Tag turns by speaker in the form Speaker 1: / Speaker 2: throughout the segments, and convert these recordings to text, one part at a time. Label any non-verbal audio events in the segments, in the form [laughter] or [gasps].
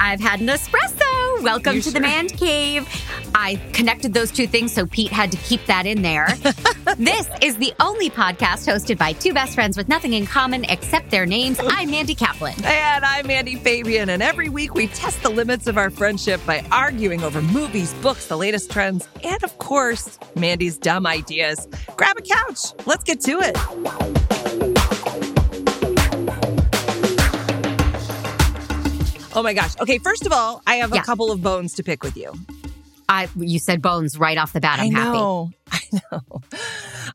Speaker 1: I've had an espresso. Welcome to the man cave. I connected those two things, so Pete had to keep that in
Speaker 2: [laughs]
Speaker 1: there. this is the only podcast hosted by two best friends with nothing in common except their
Speaker 2: [laughs]
Speaker 1: names. I'm Mandy Kaplan.
Speaker 2: And I'm Andy Fabian, and every week we test the limits of our friendship by arguing over movies, books, the latest trends, and of course, Mandy's dumb ideas. Grab a couch. Let's get to it. Oh my gosh. Okay, first of all, I have
Speaker 1: Yeah.
Speaker 2: a couple of bones to pick with you.
Speaker 1: I, you said bones right off the bat. I'm
Speaker 2: I
Speaker 1: happy.
Speaker 2: know. [laughs] I know.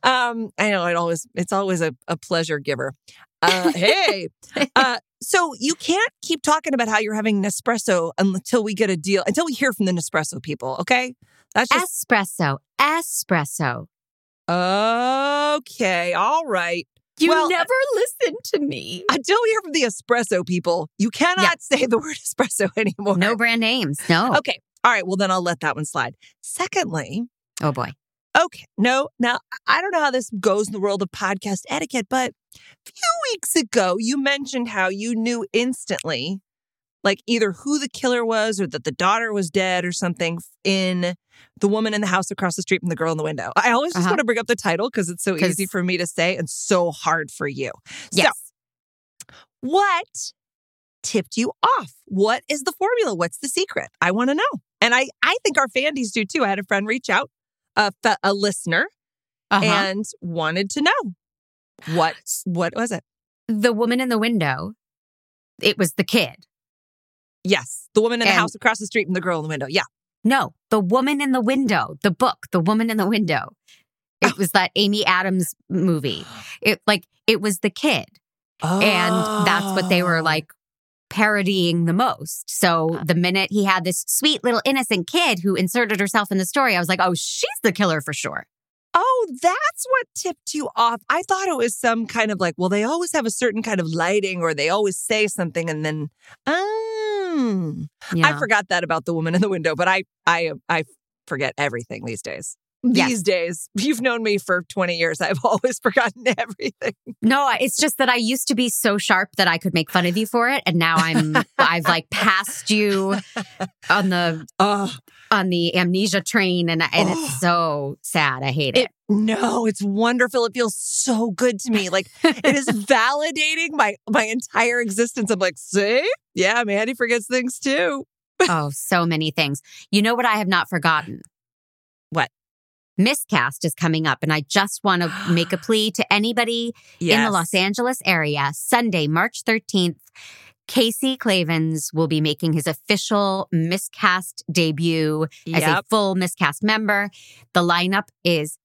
Speaker 2: Um, I know. It always it's always a, a pleasure giver.
Speaker 1: [laughs]
Speaker 2: Uh, hey, uh, so you can't keep talking about how you're having Nespresso until we get a deal, until we hear from the Nespresso people. Okay, that's just
Speaker 1: Espresso, espresso.
Speaker 2: okay. All right.
Speaker 1: You
Speaker 2: Well,
Speaker 1: never listen to me.
Speaker 2: Until we hear from the espresso people, you cannot [laughs] say the word espresso anymore.
Speaker 1: No brand names. No.
Speaker 2: Okay. All right. Well, then I'll let that one slide. Secondly,
Speaker 1: Oh boy.
Speaker 2: Okay. No, now I don't know how this goes in the world of podcast etiquette, but a few weeks ago you mentioned how you knew instantly, like either who the killer was or that the daughter was dead or something in the woman in the house across the street from the girl in the window. I always just
Speaker 1: Uh-huh.
Speaker 2: want to bring up the title because it's so
Speaker 1: 'Cause-
Speaker 2: easy for me to say and so hard for you.
Speaker 1: Yes.
Speaker 2: What tipped you off? What is the formula? What's the secret? I want to know. And I, I think our fandies do too. I had a friend reach out, a, fe- a listener
Speaker 1: Uh-huh.
Speaker 2: and wanted to know what what was it?
Speaker 1: the woman in the window, it was the kid.
Speaker 2: Yes, the woman in the
Speaker 1: And-
Speaker 2: house across the street from the girl in the window. Yeah,
Speaker 1: No, the woman in the window, the book, the woman in the window. It was that Amy Adams movie. It like it was the kid. And that's what they were like parodying the most. So the minute he had this sweet little innocent kid who inserted herself in the story, I was like, oh, she's the killer for sure.
Speaker 2: Oh, that's what tipped you off. I thought it was some kind of like, well, they always have a certain kind of lighting, or they always say something, and then, um, I
Speaker 1: Yeah.
Speaker 2: forgot that about the woman in the window. But I, I, I forget everything these days.
Speaker 1: Yes.
Speaker 2: These days, [laughs] you've known me for twenty years. I've [laughs] always forgotten everything.
Speaker 1: No, I- it's just that I used to be so sharp that I could make fun of you for it, and now I'm I've like passed you on the
Speaker 2: Oh,
Speaker 1: on the amnesia train, and and it's so sad. I hate it.
Speaker 2: It, no, it's wonderful. It feels so good to me. Like
Speaker 1: [laughs]
Speaker 2: it [laughs] is validating my my entire existence. I'm like, see, yeah, Mandy forgets things too.
Speaker 1: oh, so many things. You know what I have not forgotten?
Speaker 2: What?
Speaker 1: Miscast is coming up, and I just want to
Speaker 2: [gasps]
Speaker 1: make a plea to anybody in the Los Angeles area Sunday, March 13th. Casey Clavens will be making his official miscast debut as a
Speaker 2: Yep.
Speaker 1: full miscast member. The lineup is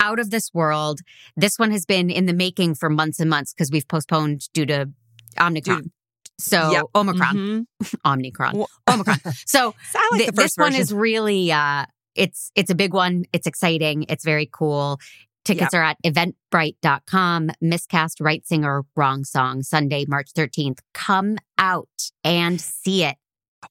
Speaker 1: out of this world. This one has been in the making for months and months because we've postponed due to Omnicron. so
Speaker 2: Yep.
Speaker 1: Omicron,
Speaker 2: Mhm.
Speaker 1: Omnicron.
Speaker 2: Well- [laughs]
Speaker 1: Omicron. So
Speaker 2: I like
Speaker 1: th-
Speaker 2: the
Speaker 1: this
Speaker 2: first
Speaker 1: one
Speaker 2: version.
Speaker 1: is really uh it's it's a big one. It's exciting. It's very cool. Tickets are at eventbrite.com. Miscast Right Singer Wrong Song Sunday, March 13th. Come out and see it.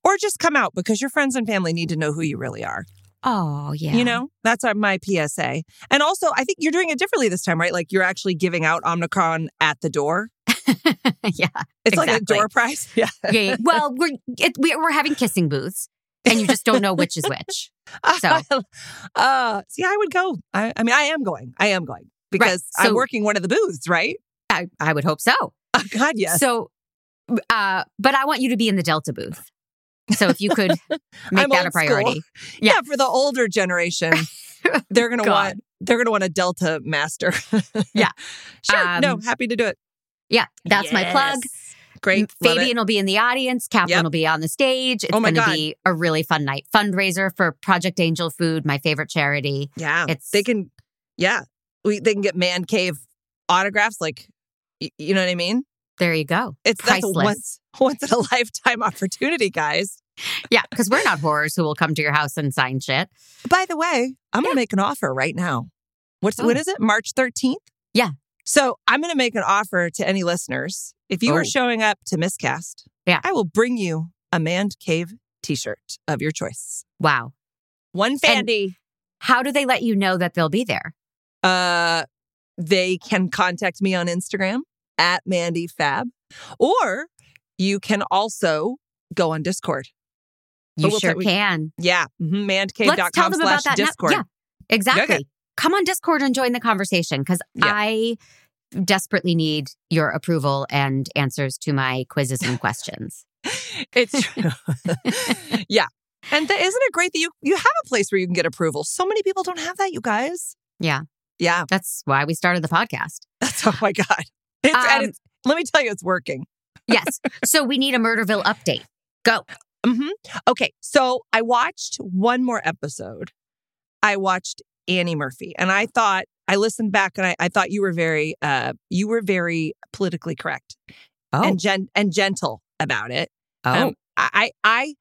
Speaker 2: or just come out because your friends and family need to know who you really are.
Speaker 1: Oh, yeah. [laughs]
Speaker 2: You know, that's our, my PSA. And also, I think you're doing it differently this time, right? Like you're actually giving out Omnicron at the door.
Speaker 1: [laughs] yeah.
Speaker 2: It's like a
Speaker 1: Exactly.
Speaker 2: door prize. [laughs] Yeah.
Speaker 1: Yeah, yeah. Well, we're it, we- we're having kissing booths, and you just don't know which is which.
Speaker 2: [laughs]
Speaker 1: So-
Speaker 2: uh, see, I would go. I, I mean, I am going. I am going because
Speaker 1: So-
Speaker 2: I'm working one of the booths, right?
Speaker 1: [laughs]
Speaker 2: [laughs]
Speaker 1: I, I would hope so.
Speaker 2: Oh, God, yes.
Speaker 1: So, uh, but I want you to be in the Delta booth. So if you could [laughs] make that
Speaker 2: I'm
Speaker 1: a
Speaker 2: old school.
Speaker 1: priority,
Speaker 2: yeah.
Speaker 1: yeah.
Speaker 2: for the
Speaker 1: [laughs]
Speaker 2: older generation, they're gonna
Speaker 1: God.
Speaker 2: want they're gonna want a Delta Master. [laughs]
Speaker 1: Yeah.
Speaker 2: sure. no,
Speaker 1: Um,
Speaker 2: happy to do it.
Speaker 1: yeah, that's my plug.
Speaker 2: Yes. Great, love it.
Speaker 1: Fabian will be in the audience. Kaplan
Speaker 2: Yep.
Speaker 1: will be on the stage. It's
Speaker 2: Oh my
Speaker 1: going to
Speaker 2: God.
Speaker 1: be a really fun night. Fundraiser for Project Angel Food, my favorite charity.
Speaker 2: Yeah,
Speaker 1: It's
Speaker 2: Um, they can. Yeah, we they can get man cave autographs. Like, y- you know what I mean?
Speaker 1: there. You go.
Speaker 2: It's that's a
Speaker 1: Priceless.
Speaker 2: once once in a [laughs] lifetime opportunity, guys.
Speaker 1: Yeah, because we're not horrors who will come to your house and sign shit.
Speaker 2: By the way, I'm gonna make an offer right now. What's
Speaker 1: Oh.
Speaker 2: what is it? March 13th.
Speaker 1: Yeah.
Speaker 2: So I'm gonna make an offer to any listeners. If you
Speaker 1: Oh.
Speaker 2: are showing up to Miscast,
Speaker 1: Yeah.
Speaker 2: I will bring you a man cave T-shirt of your choice.
Speaker 1: Wow.
Speaker 2: One
Speaker 1: And-
Speaker 2: Fandy.
Speaker 1: How do they let you know that they'll be there?
Speaker 2: Oh, uh, they can contact me on Instagram at Mandy Fab, or you can also go on Discord.
Speaker 1: You
Speaker 2: But we'll
Speaker 1: sure
Speaker 2: tell- we-
Speaker 1: can.
Speaker 2: Yeah. Mm-hmm.
Speaker 1: Let's tell
Speaker 2: Mandcave.com
Speaker 1: them about
Speaker 2: slash
Speaker 1: that. now.
Speaker 2: Discord.
Speaker 1: Yeah, exactly.
Speaker 2: Okay.
Speaker 1: Come on Discord and join the conversation because
Speaker 2: Yeah.
Speaker 1: I desperately need your approval and answers to my quizzes and questions.
Speaker 2: [laughs] It's true. [laughs] yeah. And th- isn't it great that you you have a place where you can get approval? So many people don't have that, you guys.
Speaker 1: Yeah.
Speaker 2: Yeah. [laughs]
Speaker 1: That's why we started the podcast.
Speaker 2: That's oh my god. It's,
Speaker 1: Um,
Speaker 2: and it's, let me tell you, it's working.
Speaker 1: Yes. so we need a Murderville update. Go.
Speaker 2: hmm Okay. So I watched one more episode. I watched Annie Murphy, and I thought I listened back, and I, I thought you were very uh you were very politically correct
Speaker 1: Oh.
Speaker 2: and gen and gentle about it.
Speaker 1: oh.
Speaker 2: Um, I, I, I,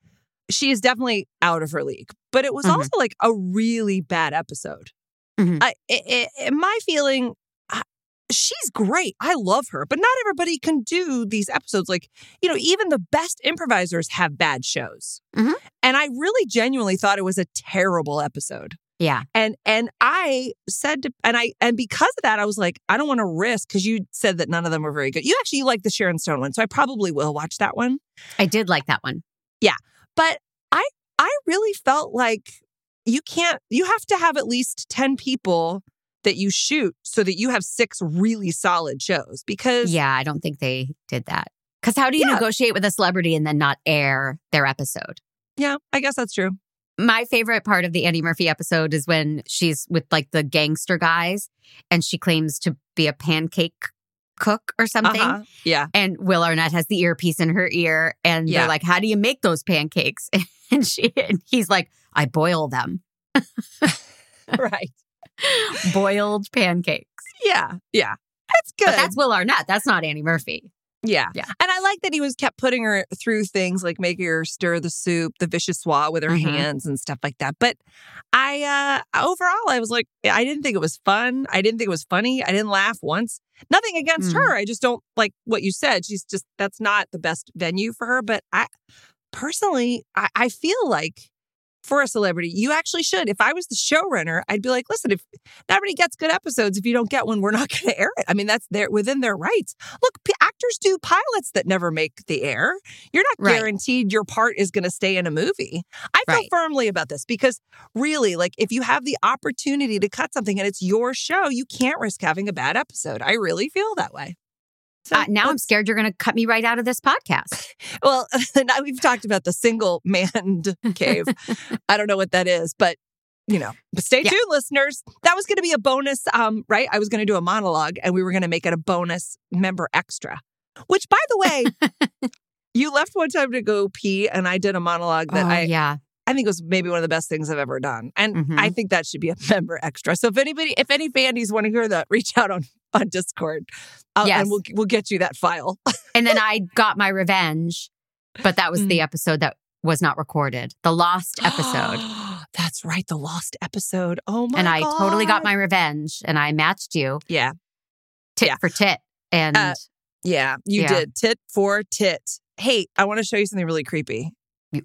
Speaker 2: she is definitely out of her league. But it was
Speaker 1: Mhm.
Speaker 2: also like a really bad episode.
Speaker 1: Mhm.
Speaker 2: I, i i my feeling, I, she's great. I love her, but not everybody can do these episodes. Like you know, even the best improvisers have bad shows.
Speaker 1: Mhm.
Speaker 2: And I really genuinely thought it was a terrible episode
Speaker 1: yeah.
Speaker 2: and and i said to, and i and because of that i was like i don't want to risk because you said that none of them were very good you actually like the sharon stone one so i probably will watch that one
Speaker 1: I did like that one.
Speaker 2: but i i really felt like you can't you have to have at least 10 people that you shoot so that you have six really solid shows because
Speaker 1: Yeah. I don't think they did that. Because how do you
Speaker 2: Yeah.
Speaker 1: negotiate with a celebrity and then not air their episode?
Speaker 2: yeah i guess that's true
Speaker 1: My favorite part of the Annie Murphy episode is when she's with like the gangster guys and she claims to be a pancake cook or something.
Speaker 2: Uh-huh.
Speaker 1: [laughs]
Speaker 2: yeah
Speaker 1: And Will Arnett has the earpiece in her ear and
Speaker 2: Yeah.
Speaker 1: they're like, How do you make those pancakes? [laughs] And she and he's like, I boil
Speaker 2: [laughs]
Speaker 1: them.
Speaker 2: right
Speaker 1: Boiled pancakes.
Speaker 2: yeah yeah that's good
Speaker 1: But that's Will Arnett. That's not Annie Murphy.
Speaker 2: Yeah.
Speaker 1: Yeah.
Speaker 2: And I like that he was kept putting her through things like making her stir the soup, the vichyssoise with her
Speaker 1: Mhm.
Speaker 2: hands and stuff like that. But I uh overall I was like I didn't think it was fun. I didn't think it was funny. I didn't laugh once. Nothing against
Speaker 1: Mm.
Speaker 2: her. I just don't like what you said. She's just that's not the best venue for her. But I personally I, I feel like for a celebrity, you actually should. If I was the showrunner, I'd be like, listen, if not everybody gets good episodes, if you don't get one, we're not [laughs] going to air it. I mean, that's their within their rights look, p- actors do pilots that never make the air. You're not
Speaker 1: Right.
Speaker 2: guaranteed your part is going to stay in a movie. I feel
Speaker 1: Right.
Speaker 2: firmly about this because really, like, if you have the opportunity to cut something and it's your show, you can't risk having a bad episode. I really feel that way. So
Speaker 1: Uh, now I'm scared you're going to cut me right out of this podcast.
Speaker 2: well, [laughs] now we've talked about the single manned [laughs] cave. I don't know what that is, but you know, but stay
Speaker 1: Yeah.
Speaker 2: tuned, listeners. That was going to be a bonus, um, right? I was going to do a monologue, and we were going to make it a bonus member extra. Which, by the way,
Speaker 1: [laughs]
Speaker 2: you left one time to go pee, and I did a monologue that
Speaker 1: oh,
Speaker 2: I
Speaker 1: yeah.
Speaker 2: I think was maybe one of the best things I've ever done, and
Speaker 1: Mhm.
Speaker 2: I think that should be a [laughs] member extra. So if anybody, if any fandies want to hear that, reach out on on Discord, uh,
Speaker 1: Yes.
Speaker 2: and we'll we'll get you that file.
Speaker 1: And then I got my revenge, but that was the
Speaker 2: Mm.
Speaker 1: episode that was not recorded, the
Speaker 2: [gasps]
Speaker 1: lost episode.
Speaker 2: That's right, the lost episode. Oh my!
Speaker 1: and I totally got
Speaker 2: God.
Speaker 1: my revenge and I matched you
Speaker 2: yeah,
Speaker 1: tit
Speaker 2: Yeah.
Speaker 1: for tit. And
Speaker 2: Uh, yeah. You
Speaker 1: Yeah.
Speaker 2: did tit for tit. Hey, I want to show you something really creepy.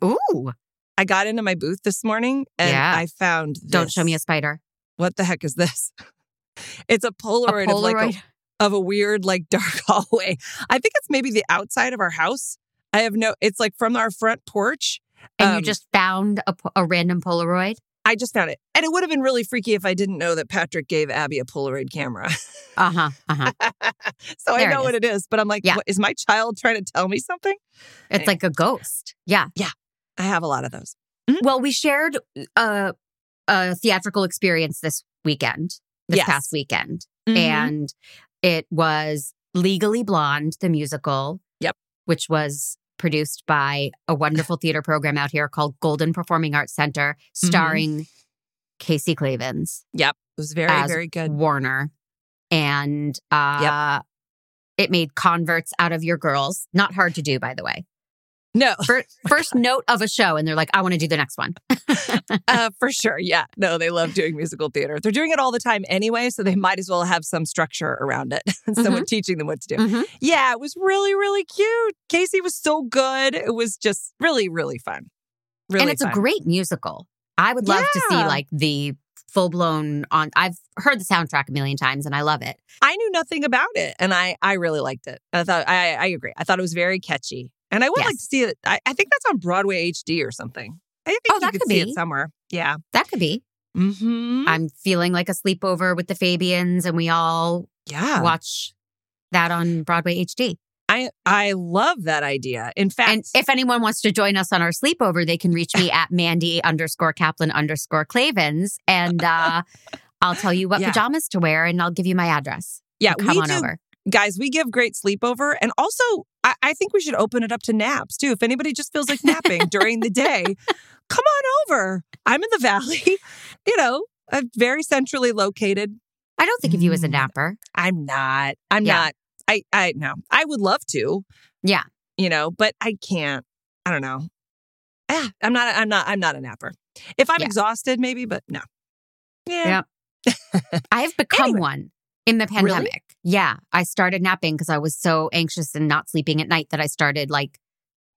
Speaker 1: ooh,
Speaker 2: I got into my booth this morning and
Speaker 1: Yeah.
Speaker 2: I found. This.
Speaker 1: don't show me a spider.
Speaker 2: What the heck is this? [laughs] It's a
Speaker 1: A
Speaker 2: Polaroid, Of, like
Speaker 1: Polaroid.
Speaker 2: a, of a weird, like [laughs] dark hallway. I think it's maybe the outside of our house. I have no. It's like from our front porch.
Speaker 1: and
Speaker 2: um,
Speaker 1: you just found a, po- a random Polaroid.
Speaker 2: I just found it, and it would have been really freaky if I didn't know that Patrick gave Abby a Polaroid camera.
Speaker 1: Uh
Speaker 2: Uh-huh,
Speaker 1: huh. Uh huh.
Speaker 2: [laughs] so I
Speaker 1: There it
Speaker 2: know what it is, but I'm like,
Speaker 1: Yeah.
Speaker 2: what, is my child trying to tell me something?
Speaker 1: [laughs] It's like a ghost. Yeah.
Speaker 2: I have a lot of those.
Speaker 1: Well, we shared a, a theatrical experience this weekend, this
Speaker 2: Yes.
Speaker 1: past weekend.
Speaker 2: Mm-hmm.
Speaker 1: and it was Legally Blonde, the musical.
Speaker 2: Yep.
Speaker 1: Which was produced by a wonderful theater program out here called Golden Performing Arts Center,
Speaker 2: Mm-hmm.
Speaker 1: starring Casey Clavins,
Speaker 2: it was very,
Speaker 1: as [laughs]
Speaker 2: very good.
Speaker 1: Warner, and uh, it made converts out of your girls. Not hard to do, by the
Speaker 2: [laughs]
Speaker 1: way.
Speaker 2: No,
Speaker 1: Fir- First note of a show, and they're like, "I want to do the next one."
Speaker 2: uh, for sure. Yeah. No, they love doing musical theater. They're doing it all the time anyway, so they might as well have some structure around it [laughs] and
Speaker 1: Mm-hmm.
Speaker 2: someone teaching them what to do.
Speaker 1: Mhm.
Speaker 2: Yeah, Mm-hmm. it was really, really cute. Casey was so good. It was just really, really fun. Really
Speaker 1: and it's
Speaker 2: fun.
Speaker 1: a great musical. I would love to see
Speaker 2: Yeah.
Speaker 1: like the full blown on. I've heard the soundtrack a million times and I love it.
Speaker 2: I knew nothing about it, and I I really liked it. I thought I I agree. I thought it was very catchy, And I would
Speaker 1: Yes.
Speaker 2: like to see it. I, I think that's on Broadway HD or something. I think
Speaker 1: Oh,
Speaker 2: you
Speaker 1: that
Speaker 2: could
Speaker 1: could
Speaker 2: see it
Speaker 1: be.
Speaker 2: somewhere. Yeah.
Speaker 1: That could be.
Speaker 2: Mm-hmm.
Speaker 1: I'm feeling like a sleepover with the Fabians, and we all
Speaker 2: yeah.
Speaker 1: watch that on Broadway HD.
Speaker 2: I I love that idea. In fact,
Speaker 1: And if anyone wants to join us on our sleepover, they can reach me at Mandy underscore Kaplan underscore Clavins, and uh, I'll tell you what
Speaker 2: [laughs] Yeah.
Speaker 1: pajamas to wear, and I'll give you my address.
Speaker 2: yeah,
Speaker 1: Come
Speaker 2: we
Speaker 1: on
Speaker 2: do,
Speaker 1: over.
Speaker 2: guys. We give great sleepover, and also I, I think we should open it up to naps too. If anybody just feels like napping during the day, come on over. I'm in the [laughs] valley. You know, I'm very centrally located.
Speaker 1: I don't think of you as a
Speaker 2: Mm.
Speaker 1: napper.
Speaker 2: I'm not. I'm
Speaker 1: Yeah.
Speaker 2: not. I I no. I would love to.
Speaker 1: Yeah.
Speaker 2: You know, but I can't. I don't know. Ah, I'm not. I'm not. I'm not a napper. If I'm
Speaker 1: Yeah.
Speaker 2: exhausted, maybe, but no. Yeah.
Speaker 1: Yeah. I have become
Speaker 2: Anyway.
Speaker 1: one in the
Speaker 2: Really?
Speaker 1: pandemic. Yeah, I started napping because I was so anxious and not sleeping at night that I started like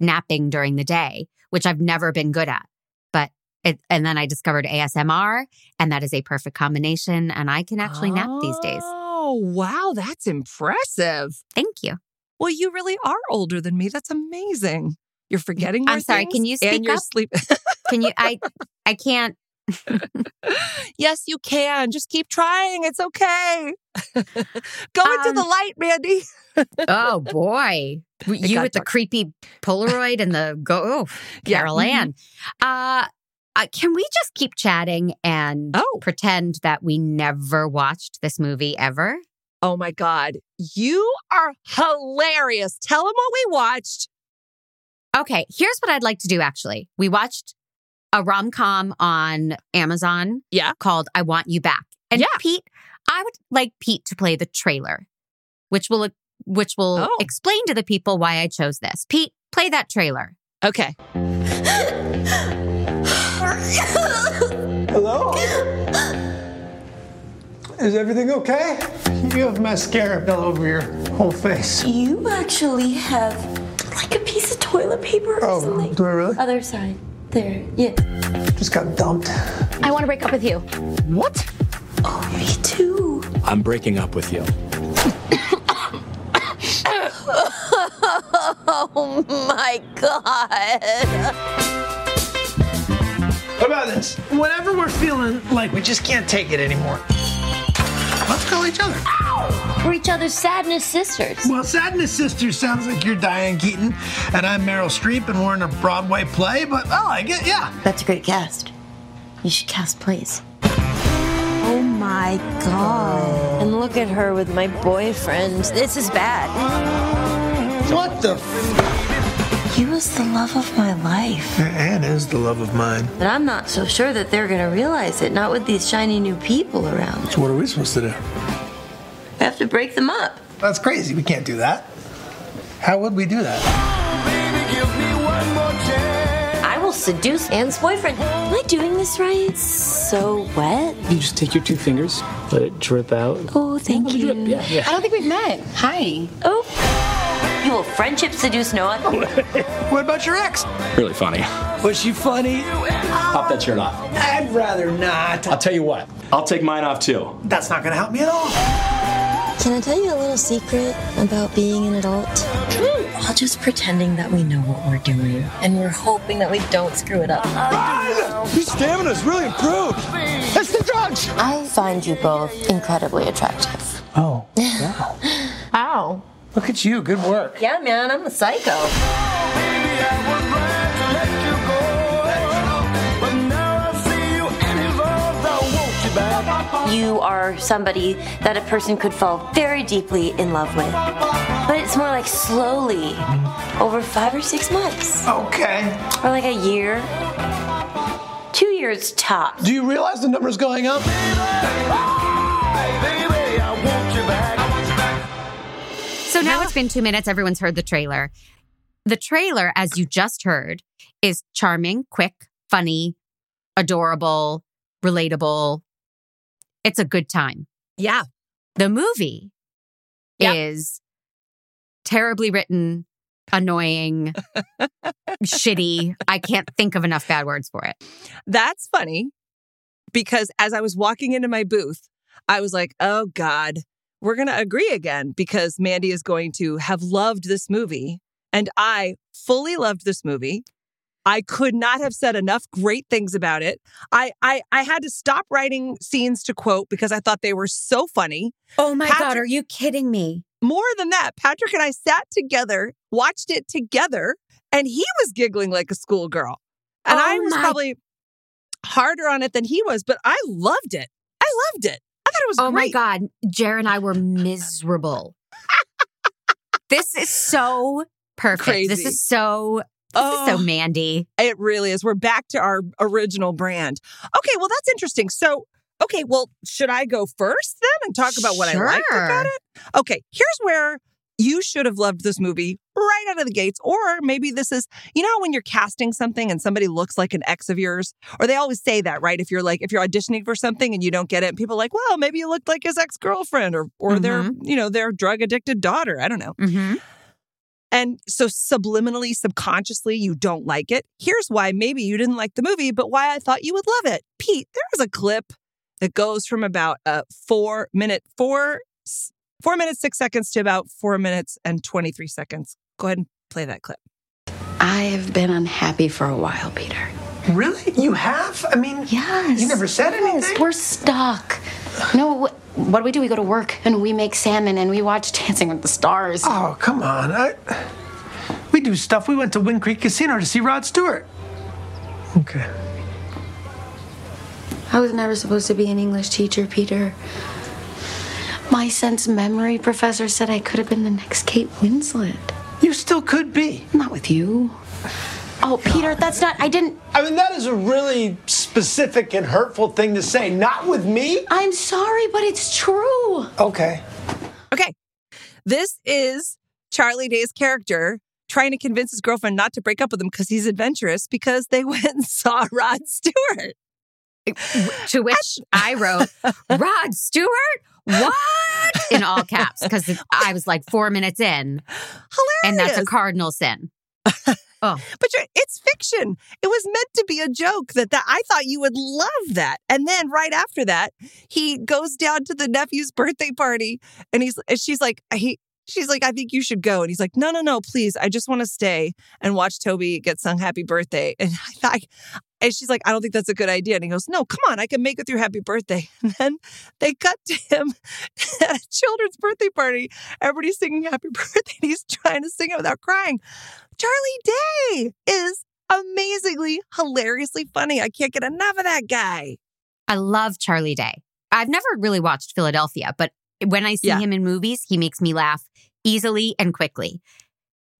Speaker 1: napping during the day, which I've never been good at. But it, and then I discovered ASMR, and that is a perfect combination. And I can actually nap these days.
Speaker 2: Oh wow, that's impressive.
Speaker 1: Thank you.
Speaker 2: Well, you really are older than me. That's amazing. You're forgetting.
Speaker 1: Mm, I'm
Speaker 2: more
Speaker 1: sorry,
Speaker 2: things
Speaker 1: can you
Speaker 2: and
Speaker 1: speak
Speaker 2: you're
Speaker 1: up?
Speaker 2: Sleep- [laughs]
Speaker 1: Can you? I I can't.
Speaker 2: yes, you can. Just keep trying. It's okay. [laughs] Go into
Speaker 1: Um,
Speaker 2: the light, Mandy.
Speaker 1: Oh boy, you
Speaker 2: got
Speaker 1: with the
Speaker 2: dark.
Speaker 1: creepy Polaroid and the go. Oh,
Speaker 2: [laughs] Yeah. mm-hmm.
Speaker 1: Carol Ann. Uh, uh, can we just keep chatting and
Speaker 2: Oh.
Speaker 1: pretend that we never watched this movie ever?
Speaker 2: Oh my God. You are hilarious. Tell them what we watched.
Speaker 1: Okay, here's what I'd like to do actually. We watched a rom com on Amazon
Speaker 2: Yeah.
Speaker 1: called I Want You Back. And
Speaker 2: Yeah.
Speaker 1: Pete, I would like Pete to play the trailer, which will which will
Speaker 2: Oh.
Speaker 1: explain to the people why I chose this. Pete, play that trailer.
Speaker 2: Okay.
Speaker 3: Hello? [gasps] Is everything okay? You have mascara all over your whole face.
Speaker 4: [laughs] You actually have like a piece of toilet paper
Speaker 3: Oh.
Speaker 4: or something.
Speaker 3: do I really?
Speaker 4: Other side. There. Yeah.
Speaker 3: Just got dumped.
Speaker 5: I want to break up with you.
Speaker 3: What?
Speaker 4: Oh, me too.
Speaker 6: I'm breaking up with you.
Speaker 4: Oh my god.
Speaker 3: How about this? Whenever we're feeling like we just can't take it anymore, let's call each other.
Speaker 5: We're each other's sadness sisters.
Speaker 3: Well, Sadness Sisters sounds like you're Diane Keaton, and I'm Meryl Streep, and we're in a Broadway play, but oh, I like it, yeah.
Speaker 7: That's a great cast. You should cast plays.
Speaker 4: Oh my god. And look at her with my boyfriend. This is bad.
Speaker 3: What the f?
Speaker 7: He was the love of my life.
Speaker 3: Anne is the love of mine.
Speaker 7: But I'm not so sure that they're gonna realize it, not with these shiny new people around.
Speaker 3: So what are we supposed to do?
Speaker 7: I have to break them up.
Speaker 3: That's crazy. We can't do that. How would we do that?
Speaker 7: I will seduce Anne's boyfriend.
Speaker 4: Am I doing this right? It's so wet.
Speaker 6: You just take your two fingers, let it drip out.
Speaker 4: Oh, thank you.
Speaker 6: Yeah, yeah.
Speaker 5: I don't think we've met. Hi.
Speaker 4: Oh,
Speaker 7: You will friendship seduce Noah.
Speaker 3: What about your ex?
Speaker 6: Really funny. Was she funny? Pop that shirt off.
Speaker 3: I'd rather not.
Speaker 6: I'll tell you what, I'll take mine off too.
Speaker 3: That's not gonna help me at all.
Speaker 4: can I tell you a little secret about being an adult?
Speaker 7: All just pretending that we know what we're doing, and we're hoping that we don't screw it up.
Speaker 3: Your stamina's really improved. That's the drugs.
Speaker 4: I find you both incredibly attractive.
Speaker 7: [laughs]
Speaker 3: Oh, wow.
Speaker 7: Ow.
Speaker 3: Look at you. Good work.
Speaker 7: Yeah, man, I'm a psycho. You are somebody that a person could fall very deeply in love with. But it's more like slowly, over five or six months,
Speaker 3: Okay.
Speaker 7: or like a year. Two years tops.
Speaker 3: Do you realize the number's going up?
Speaker 1: So now it's been 2 minutes everyone's heard the trailer. The trailer as you just heard is charming, quick, funny, adorable, relatable. It's a good time.
Speaker 2: Yeah.
Speaker 1: The movie
Speaker 2: Yeah.
Speaker 1: is terribly written, [laughs] annoying, shitty. I can't think of enough bad words for it.
Speaker 2: That's funny because as I was walking into my booth, I was like, oh God, we're going to agree again because Mandy is going to have loved this movie And I fully loved this movie. I could not have said enough great things about it. I I, I had to stop writing scenes to quote because I thought they were so funny.
Speaker 1: Oh my
Speaker 2: Patrick-
Speaker 1: God, are you kidding me?
Speaker 2: More than that, Patrick and I sat together, watched it together, and he was giggling like a schoolgirl. And
Speaker 1: Oh
Speaker 2: I was
Speaker 1: my-
Speaker 2: probably harder on it than he was, but I loved it. I loved it. I thought it was
Speaker 1: Oh my
Speaker 2: great.
Speaker 1: God. Jer and I were
Speaker 2: [laughs]
Speaker 1: miserable. this is so perfect. This
Speaker 2: Crazy. Oh.
Speaker 1: is so, this is so Mandy.
Speaker 2: It really is. We're back to our original brand. Okay, well, that's interesting. So, okay, well, should I go first then and talk about what I liked about
Speaker 1: Sure.
Speaker 2: it? Okay, here's where you should have loved this movie right out of the gates. Or maybe this is, you know, how when you're casting something and somebody looks like an ex of yours, or they always say that, right? If you're like, if you're auditioning for something and you don't get it, people are like, well, maybe you looked like his ex girlfriend or, or their, you know, their drug addicted daughter. I don't know.
Speaker 1: Mm-hmm.
Speaker 2: And so subliminally, subconsciously, you don't like it. Here's why maybe you didn't like the movie, but why I thought you would love it. Pete, there is a clip that goes from about a four minute, four, s- four minutes, six seconds to about four minutes and 23 seconds. Go ahead and play that clip.
Speaker 5: I have been unhappy for a while, Peter.
Speaker 3: Really? You have? I mean,
Speaker 5: Yes.
Speaker 3: you never said
Speaker 5: yes,
Speaker 3: anything.
Speaker 5: We're stuck. No, wh- what do we do? We go to work and we make salmon and we watch [laughs] Dancing with the Stars.
Speaker 3: Oh, come on. I, we do stuff. We went to Wind Creek Casino to see Rod Stewart. Okay.
Speaker 5: I was never supposed to be an English teacher, Peter. My sense memory professor said I could have been the next Kate Winslet.
Speaker 3: You still could be.
Speaker 5: Not with you. Oh, Peter, that's not. I didn't.
Speaker 3: I mean, that is a really specific and hurtful thing to say. Not with me.
Speaker 5: I'm sorry, but it's true.
Speaker 3: Okay.
Speaker 2: Okay. This is Charlie Day's character trying to convince his girlfriend not to break up with him because he's adventurous because they [laughs] went and saw Rod Stewart.
Speaker 1: To which I wrote, Rod Stewart? What? In all caps, because I was like four minutes in,
Speaker 2: Hilarious.
Speaker 1: and that's a cardinal sin.
Speaker 2: But you're, it's fiction. It was meant to be a joke that, that I thought you would love that. And then right after that, he goes down to the nephew's birthday party and he's and she's like he she's like I think you should go and he's like no no no please I just want to stay and watch Toby get sung happy birthday [laughs] and I thought and she's like I don't think that's a good idea and he goes no come on I can make it through happy birthday [laughs] and then they cut to him [laughs] at a children's birthday party everybody's singing happy [laughs] birthday and he's trying to sing it without crying Charlie Day is amazingly, hilariously funny. I can't get enough of that guy.
Speaker 1: I love Charlie Day. I've never really watched Philadelphia, but when I see
Speaker 2: Yeah.
Speaker 1: him in movies, he makes me laugh easily and quickly.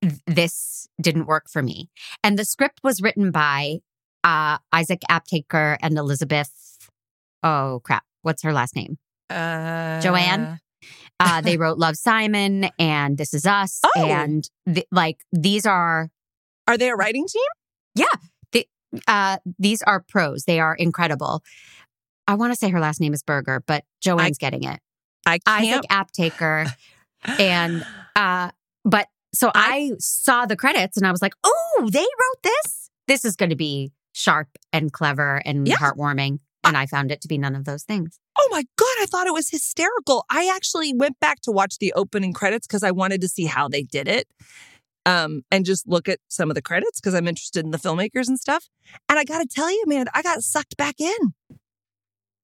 Speaker 1: Th- This didn't work for me. And the script was written by uh, Isaac Aptaker and Elizabeth. Oh, crap. What's her last name?
Speaker 2: Uh,
Speaker 1: Joanne? Uh,
Speaker 2: [laughs]
Speaker 1: they wrote Love Simon and This Is Us.
Speaker 2: Oh.
Speaker 1: And th- like these are.
Speaker 2: Are they a writing team?
Speaker 1: Uh, these are pros. They are incredible. I want to say her last name is Berger, but Joanne's getting it.
Speaker 2: I
Speaker 1: Isaac Aptaker. and uh but so I, saw the credits and I was like, "Oh, they wrote this. This is going to be sharp and clever and
Speaker 2: Yeah.
Speaker 1: heartwarming." And I found it to be none of those things.
Speaker 2: Oh my God, I thought it was hysterical. I actually went back to watch the opening credits because I wanted to see how they did it um, and just look at some of the credits because I'm interested in the filmmakers and stuff. And I got to tell you, man, I got sucked back in.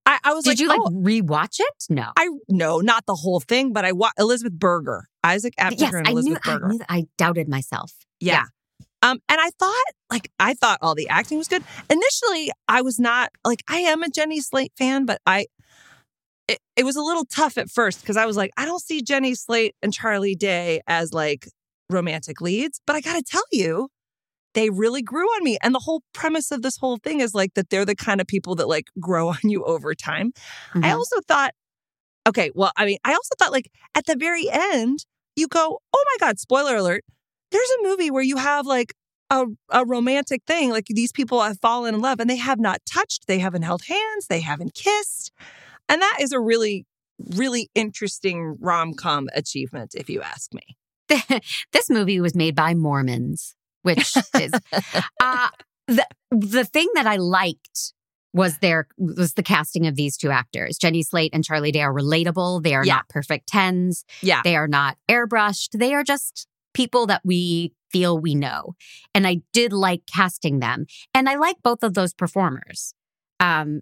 Speaker 2: I, I was
Speaker 1: Did
Speaker 2: like,
Speaker 1: you like
Speaker 2: oh,
Speaker 1: rewatch it? No.
Speaker 2: I no, not the whole thing, but I wa- Elizabeth Berger, Isaac Aptaker,
Speaker 1: yes,
Speaker 2: and
Speaker 1: I knew,
Speaker 2: Elizabeth
Speaker 1: I
Speaker 2: Berger.
Speaker 1: knew I doubted myself.
Speaker 2: Yeah.
Speaker 1: Yeah.
Speaker 2: Um, and I thought, like, I thought all the acting was good. Initially, I was not like I am a Jenny Slate fan, but I it, it was a little tough at first because I was like, I don't see Jenny Slate and Charlie Day as like romantic leads, but I gotta tell you, they really grew on me. And the whole premise of this whole thing is like that they're the kind of people that like grow on you over time. I
Speaker 1: Mhm.
Speaker 2: also thought, okay, well, I mean, I also thought like at the very end, you go, oh my God, spoiler alert, there's a movie where you have like a, a romantic thing. Like these people have fallen in love and they have not touched, they haven't held hands, they haven't kissed. And that is a really, really interesting rom com achievement, if you ask me.
Speaker 1: this movie was made by Mormons, which
Speaker 2: [laughs]
Speaker 1: is uh, the the thing that I liked was their was the casting of these two actors. Jenny Slate and Charlie Day are relatable. They are
Speaker 2: Yeah.
Speaker 1: not perfect tens.
Speaker 2: Yeah.
Speaker 1: They are not airbrushed. They are just people that we feel we know. And I did like casting them. And I like both of those performers. Um,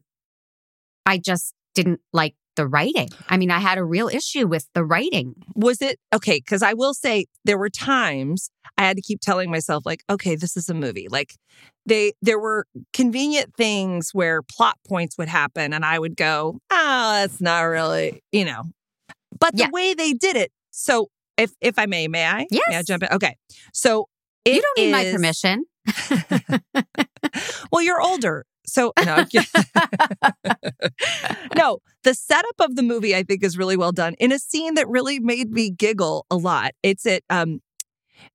Speaker 1: I just didn't like the writing. I mean, I had a real issue with the writing.
Speaker 2: Was it okay? Because I will say there were times I had to keep telling myself, like, okay, this is a movie. Like, they there were convenient things where plot points would happen, and I would go, oh, that's not really, you know. But the
Speaker 1: Yeah.
Speaker 2: way they did it, so if if I may, may I?
Speaker 1: Yes.
Speaker 2: May I jump in? Okay. So
Speaker 1: you
Speaker 2: it
Speaker 1: don't need my
Speaker 2: is-
Speaker 1: permission.
Speaker 2: Well, you're older. So no, I'm kidding. no, the setup of the movie I think is really well done in a scene that really made me giggle a lot. It's at um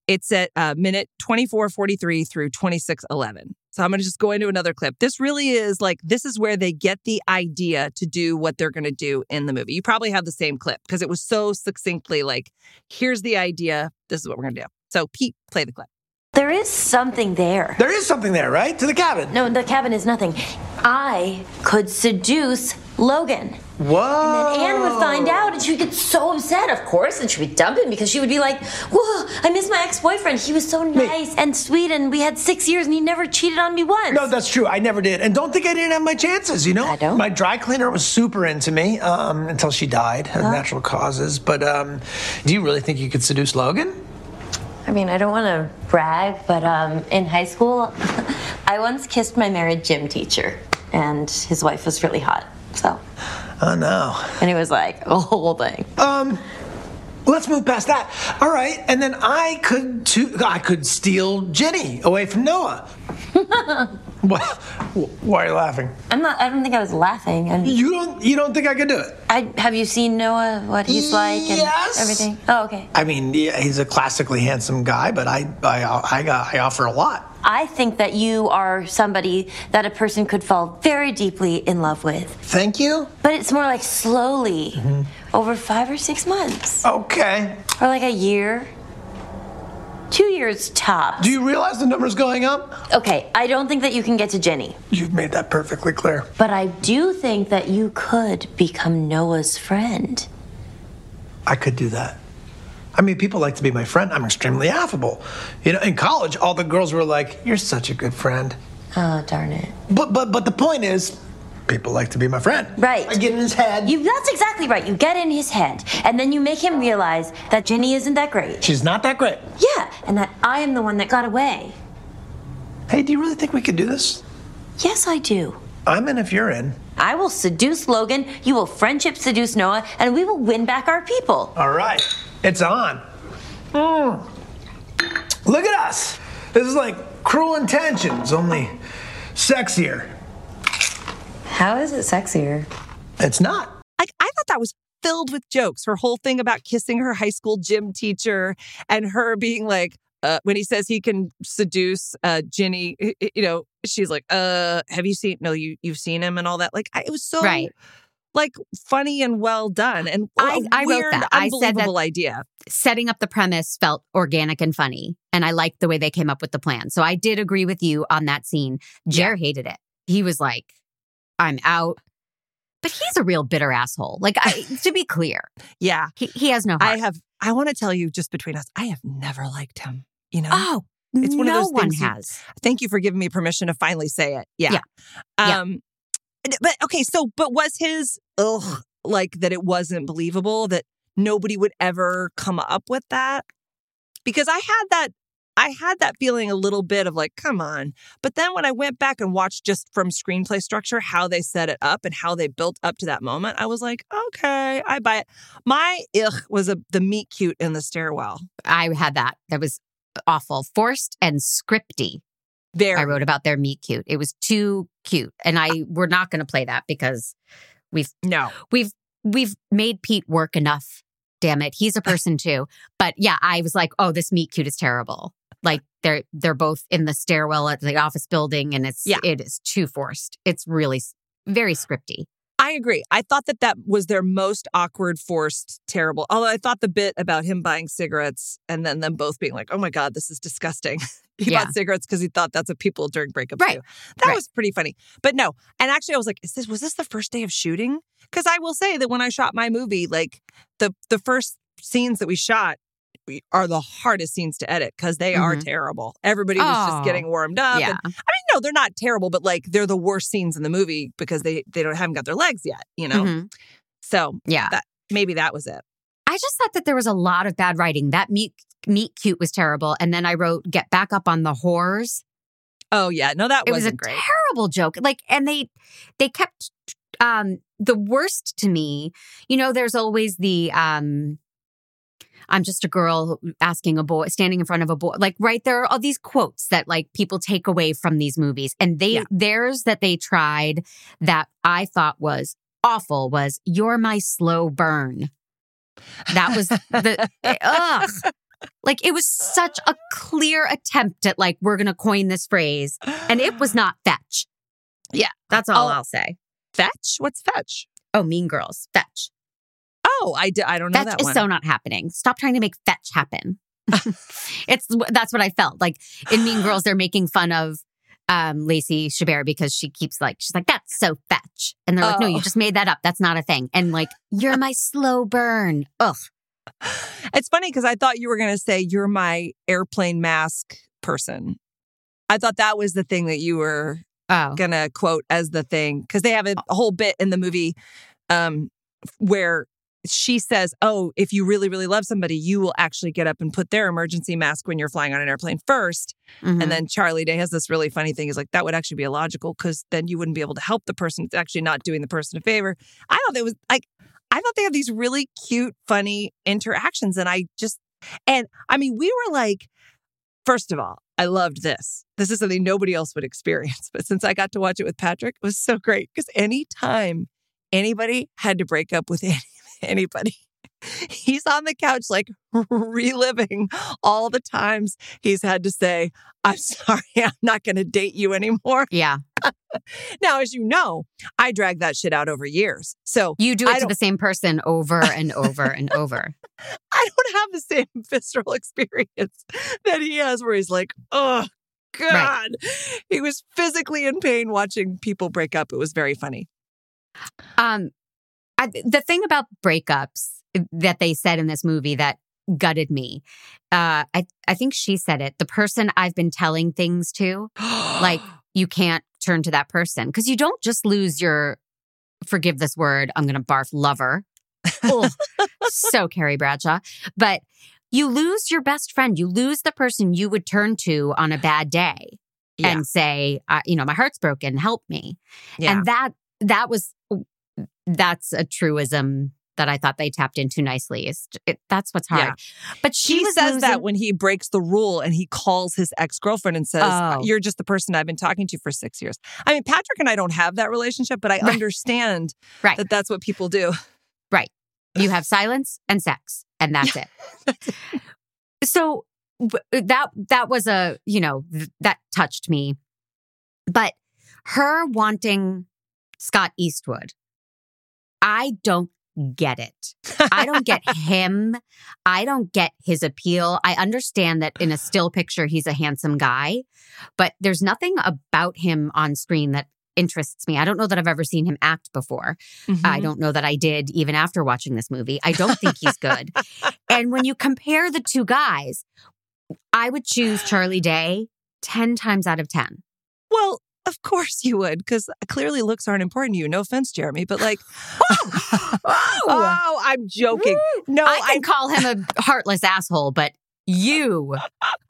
Speaker 2: it's at uh, minute 2443 through 2611. So I'm going to just go into another clip. This really is like this is where they get the idea to do what they're going to do in the movie. You probably have the same clip because it was so succinctly like here's the idea, this is what we're going to do. So Pete, play the clip.
Speaker 7: There is something there.
Speaker 3: There is something there, right? To the cabin.
Speaker 7: No, the cabin is nothing. I could seduce Logan.
Speaker 3: Whoa.
Speaker 7: And Anne would find out, and she would get so upset, of course, and she would dump him because she would be like, Whoa, I miss my ex boyfriend. He was so nice and sweet, and we had six years, and he never cheated on me once.
Speaker 3: No, that's true. I never did. And don't think I didn't have my chances, you know?
Speaker 7: I don't.
Speaker 3: My dry cleaner was super into me um, until she died of natural causes. But um, do you really think you could seduce Logan?
Speaker 7: I mean, I don't want to brag, but um, in high school, [laughs] I once kissed my married gym teacher, and his wife was really hot. So,
Speaker 3: Oh, no.
Speaker 7: and it was like [laughs] "Oh, a whole thing.
Speaker 3: Um, let's move past that. All right, and then I could too. I could steal Jenny away
Speaker 7: [laughs]
Speaker 3: from Noah. Why- Why are you laughing?
Speaker 7: I'm not. I don't think I was laughing. And
Speaker 3: You don't. You don't think I could do it?
Speaker 7: I have you seen Noah? What he's like and
Speaker 3: Yes.
Speaker 7: everything. Oh, okay.
Speaker 3: I mean, yeah, he's a classically handsome guy, but I, I, I, got, I offer a lot.
Speaker 7: I think that you are somebody that a person could fall very deeply in love with,
Speaker 3: Thank you.
Speaker 7: but it's more like slowly over five or six months,
Speaker 3: Okay.
Speaker 7: or like a year, two years tops.
Speaker 3: Do you realize the number's going up?
Speaker 7: okay, I don't think that you can get to Jenny,
Speaker 3: You've made that perfectly clear.
Speaker 7: but I do think that you could become Noah's friend.
Speaker 3: I could do that. I mean, people like to be my friend. I'm extremely affable. You know, in college, all the girls were like, "You're such a good friend."
Speaker 7: Oh, darn it.
Speaker 3: But but but the point is, people like to be my friend.
Speaker 7: Right.
Speaker 3: I get in his head.
Speaker 7: You, that's exactly right. You get in his head, and then you make him realize that Jenny isn't that great.
Speaker 3: She's not that great.
Speaker 7: Yeah, and that I am the one that got away.
Speaker 3: Hey, do you really think we could do this?
Speaker 7: Yes, I do.
Speaker 3: I'm in if you're in.
Speaker 7: I will seduce Logan, you will friendship seduce Noah, and we will win back our people.
Speaker 3: All right, it's on. Mm. Look at us. This is like cruel intentions, only sexier.
Speaker 7: How is it sexier?
Speaker 3: It's not.
Speaker 2: Like I thought that was filled with jokes. Her whole thing about kissing her high school gym teacher and her being like, uh, when he says he can seduce uh, Ginny, y- y- you know, she's like, "Uh, have you seen? No, you you've seen him and all that." Like I, it was so
Speaker 1: Right.
Speaker 2: like funny and well done and
Speaker 1: I-
Speaker 2: a
Speaker 1: I wrote
Speaker 2: weird,
Speaker 1: that. I said that-
Speaker 2: unbelievable idea.
Speaker 1: Setting up the premise felt organic and funny. And I liked the way they came up with the plan. So I did agree with you on that scene. Jer hated it. He was like, I'm out. But he's a real bitter asshole. Like,
Speaker 2: [laughs]
Speaker 1: I, to be clear,
Speaker 2: Yeah,
Speaker 1: he, he has no heart.
Speaker 2: I have. I want to tell you just between us, I have never liked him. You know,
Speaker 1: oh,
Speaker 2: uh-huh. It's one of
Speaker 1: no
Speaker 2: those
Speaker 1: one
Speaker 2: things you-
Speaker 1: has.
Speaker 2: thank you for giving me permission to finally say it. Yeah.
Speaker 1: Yeah. Yeah.
Speaker 2: Um and- but okay, so but was his ugh like that it wasn't believable that nobody would ever come up with that? Because I had that I had that feeling a little bit of like, come on. But then when I went back and watched just from screenplay structure how they set it up and how they built up to that moment, I was like, okay, I buy it. My ugh was a, the meat cute in the stairwell.
Speaker 1: I had that. That was awful. Forced and scripty.
Speaker 2: Very
Speaker 1: I wrote about their meet cute. It was too cute. And I we're not gonna play that because
Speaker 2: no.
Speaker 1: we've we've made Pete work enough. Damn it.
Speaker 2: [laughs]
Speaker 1: He's a person too. But yeah, I was like, oh, this meet cute is terrible. Like they're they're both in the stairwell at the office building and it's
Speaker 2: Yeah.
Speaker 1: it is too forced. It's really s- very scripty.
Speaker 2: I agree. I thought that that was their most awkward, forced, terrible. Although I thought the bit about him buying cigarettes and then them both being like, "Oh my god, this is disgusting." [laughs] he
Speaker 1: Yeah.
Speaker 2: bought cigarettes because he thought that's what people during breakups
Speaker 1: Right.
Speaker 2: do. That
Speaker 1: Right.
Speaker 2: was pretty funny. But no, and actually, I was like, "Is this was this the first day of shooting?" Because I will say that when I shot my movie, like the the first scenes that we shot, are the hardest scenes to edit because they are
Speaker 1: Mhm.
Speaker 2: terrible. Everybody was
Speaker 1: Oh.
Speaker 2: just getting warmed up.
Speaker 1: Yeah.
Speaker 2: and- I mean, no, they're not terrible, but like they're the worst scenes in the movie because they they don't haven't got their legs yet. You know,
Speaker 1: Mhm.
Speaker 2: so
Speaker 1: Yeah.
Speaker 2: maybe that was it.
Speaker 1: I just thought that there was a lot of bad writing. That meet meet cute was terrible, and then I wrote get back up on the horrors.
Speaker 2: Oh yeah, no, that
Speaker 1: It was a
Speaker 2: wasn't great.
Speaker 1: terrible joke. Like, and they they kept um the worst to me. You know, there's always the um. I'm just a girl asking a boy, standing in front of a boy. Like, right there are all these quotes that like people take away from these movies, and they
Speaker 2: Yeah.
Speaker 1: theirs that they tried that I thought was awful was "You're my slow burn." That was the eh, ugh. Like it was such a clear attempt at like we're gonna coin this phrase, and it was not fetch. Yeah, that's all
Speaker 2: Oh.
Speaker 1: I'll say.
Speaker 2: fetch. What's fetch?
Speaker 1: Oh, Mean Girls, fetch.
Speaker 2: Oh, I d- I don't know
Speaker 1: Fetch
Speaker 2: that
Speaker 1: is
Speaker 2: one.
Speaker 1: so not happening. Stop trying to make fetch [laughs] happen. it's that's what I felt like in Mean Girls. They're making fun of um, Lacey Chabert because she keeps like she's like that's so fetch, and they're like, no,
Speaker 2: Oh.
Speaker 1: you just made that up. That's not a thing. And like, you're my slow burn. Ugh.
Speaker 2: It's funny because I thought you were going to say you're my airplane mask person. I thought that was the thing that you were
Speaker 1: Oh,
Speaker 2: going to quote as the thing because they have a a whole bit in the movie um, where she says, "Oh, if you really really love somebody, you will actually get up and put their emergency mask when you're flying on an airplane 1st
Speaker 1: mhm.
Speaker 2: And then Charlie Day has this really funny thing. He's like, "That would actually be illogical because then you wouldn't be able to help the person. It's actually not doing the person a favor." I thought that was like, I thought they have these really cute, funny interactions, and I just, and I mean, we were like, first of all, I loved this. This is something nobody else would [laughs] experience, but since I got to watch it with Patrick, it was so great because anytime anybody had to break up with [laughs] any, anybody. He's on the couch, like [laughs] reliving all the times he's had to say, I'm [laughs] sorry, I'm not going to date you anymore.
Speaker 1: yeah,
Speaker 2: Now, as you know, I dragged that shit out over years. So [laughs]
Speaker 1: you do
Speaker 2: I
Speaker 1: it to
Speaker 2: don't-
Speaker 1: the same person over and over and over.
Speaker 2: I don't have the same [laughs] visceral experience that he has where he's like, oh, God. He was physically in pain watching people break up. It was very funny. [gasps]
Speaker 1: Um, I, the thing about breakups that they said in this movie that gutted me, uh, I I think she said it. The person I've been telling things to, like you can't turn to that person because you don't just lose your. Forgive this word. I'm gonna barf lover. Ugh. so Carrie Bradshaw, but you lose your best friend. You lose the person you would turn to on a bad day
Speaker 2: Yeah.
Speaker 1: and say, uh, you know, my heart's broken. Help me.
Speaker 2: yeah.
Speaker 1: And that that was that's a truism that I thought they tapped into nicely. Is it, that's what's hard. But she
Speaker 2: he
Speaker 1: was
Speaker 2: says that
Speaker 1: losing-
Speaker 2: when he breaks the rule and he calls his ex girlfriend and says, "Uh,
Speaker 1: Oh.
Speaker 2: You're just the person I've been talking to for six years. I mean, Patrick and I don't have that relationship, but I
Speaker 1: Right.
Speaker 2: understand
Speaker 1: Right.
Speaker 2: that that's what people do.
Speaker 1: you have silence and sex, and that's it. so w- that that was a you know th- that touched me, but her wanting Scott Eastwood, I don't get it. I don't get him. I don't get his appeal. I understand that in a still picture, he's a handsome guy, but there's nothing about him on screen that interests me. I don't know that I've ever seen him act before.
Speaker 2: Mm-hmm.
Speaker 1: I don't know that I did even after watching this movie. I don't think he's good. and when you compare the two guys, I would choose Charlie
Speaker 2: [sighs]
Speaker 1: Day 10 times out of 10.
Speaker 2: Well, of course you would, because clearly looks aren't important to you. No offense, Jeremy, but like, [laughs] oh, I'm joking. No,
Speaker 1: I
Speaker 2: I,
Speaker 1: can call him
Speaker 2: [laughs]
Speaker 1: a heartless asshole, but you,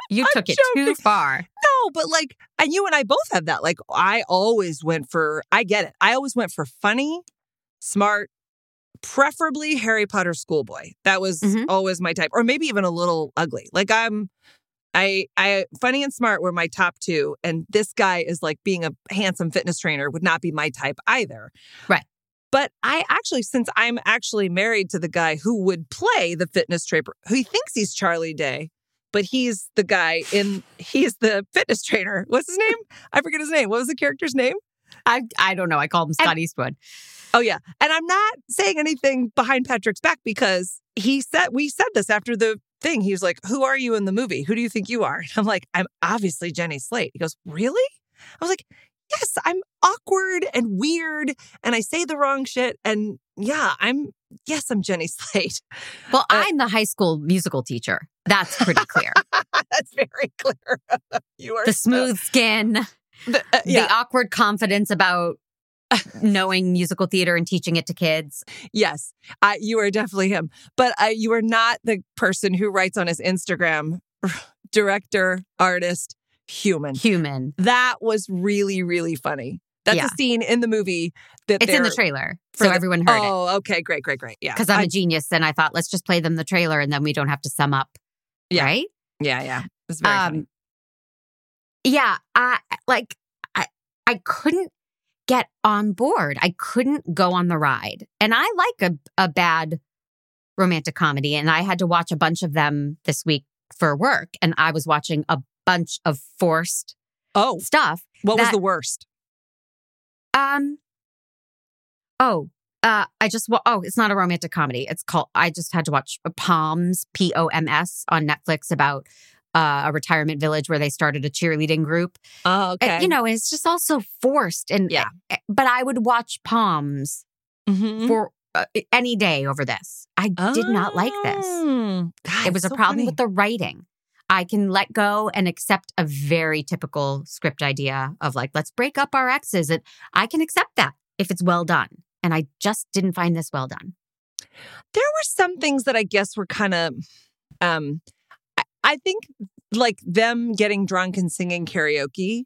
Speaker 1: you took it too
Speaker 2: joking.
Speaker 1: far.
Speaker 2: no, but like, and you and I both have that. Like, I always went for. I get it. I always went for funny, smart, preferably Harry Potter schoolboy. That was
Speaker 1: Mhm.
Speaker 2: always my type, or maybe even a little ugly. Like, I'm. I I funny and smart were my top two, and this guy is like being a handsome fitness trainer would not be my type either. But I actually, since I'm actually married to the guy who would play the fitness trainer, who he thinks he's Charlie Day, but he's the guy in, he's the fitness trainer. What's his name? I forget his name. What was the character's name?
Speaker 1: I, I don't know. I called him Scott Eastwood.
Speaker 2: Oh, yeah. And I'm not saying anything behind Patrick's back because he said, we said this after the thing. He was like, Who are you in the movie? Who do you think you are? And I'm like, I'm obviously Jenny Slate. He goes, Really? I was like, Yes, I'm awkward and weird and I say the wrong shit. And yeah, I'm, yes, I'm Jenny [laughs] Slate.
Speaker 1: Well,
Speaker 2: Uh,
Speaker 1: I'm the high school musical teacher. That's
Speaker 2: [laughs]
Speaker 1: pretty clear.
Speaker 2: That's very clear. you are
Speaker 1: the
Speaker 2: so-
Speaker 1: smooth skin,
Speaker 2: the- uh, yeah.
Speaker 1: the awkward confidence about [laughs] knowing musical theater and teaching it to kids.
Speaker 2: Yes, I, you are definitely him. But uh, you are not the person who writes on his Instagram [sighs] director, artist, human.
Speaker 1: Human.
Speaker 2: That was really, really funny. That's
Speaker 1: Yeah.
Speaker 2: a scene in the movie that
Speaker 1: It's in the
Speaker 2: they're-
Speaker 1: trailer.
Speaker 2: for
Speaker 1: So
Speaker 2: the-
Speaker 1: everyone heard it.
Speaker 2: Oh, okay, great, great, great. Yeah,
Speaker 1: Because I'm
Speaker 2: I-
Speaker 1: a genius and I thought, let's just play them the trailer and then we don't have to sum up.
Speaker 2: Yeah.
Speaker 1: Right? Um,
Speaker 2: yeah, yeah. It's very funny.
Speaker 1: yeah i like i i couldn't get on board i couldn't go on the ride and i like a, a bad romantic comedy and i had to watch a bunch of them this week for work and i was watching a bunch of forced
Speaker 2: Oh,
Speaker 1: stuff
Speaker 2: what was
Speaker 1: that-
Speaker 2: the worst?
Speaker 1: um oh uh i just wa- oh it's not a romantic comedy it's called i just had to watch uh, palms p-o-m-s on netflix about uh, a retirement village where they started a cheerleading group
Speaker 2: Oh,
Speaker 1: And,
Speaker 2: okay.
Speaker 1: you know, it's just also forced. And eh,
Speaker 2: Yeah.
Speaker 1: but I would watch Palms
Speaker 2: Mhm.
Speaker 1: for uh, any day over this. I did not like this.
Speaker 2: Oh, God,
Speaker 1: It was
Speaker 2: it's
Speaker 1: a
Speaker 2: so
Speaker 1: problem
Speaker 2: funny.
Speaker 1: with the writing. I can let go and accept a very typical script idea of like, let's break up our exes. And I can accept that if it's well done. And I just didn't find this well done.
Speaker 2: there were some things that I guess were kind of, um, I, I think like them getting drunk and singing karaoke.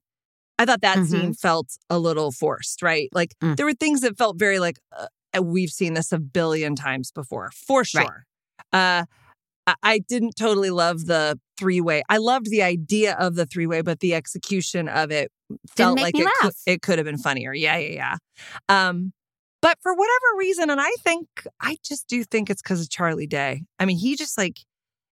Speaker 2: I thought that
Speaker 1: Mhm.
Speaker 2: scene felt a little forced, right? Like
Speaker 1: Mm.
Speaker 2: there were things that felt very like uh, we've seen this a billion times before, for sure. Uh, I- I didn't totally love the three way. I loved the idea of the three way, but the execution of it felt
Speaker 1: make
Speaker 2: like
Speaker 1: me
Speaker 2: it could,
Speaker 1: laugh.
Speaker 2: it could have been funnier. Yeah, yeah, yeah. Um, but for whatever reason, and I think I just do think it's because of Charlie Day. I mean, he just like,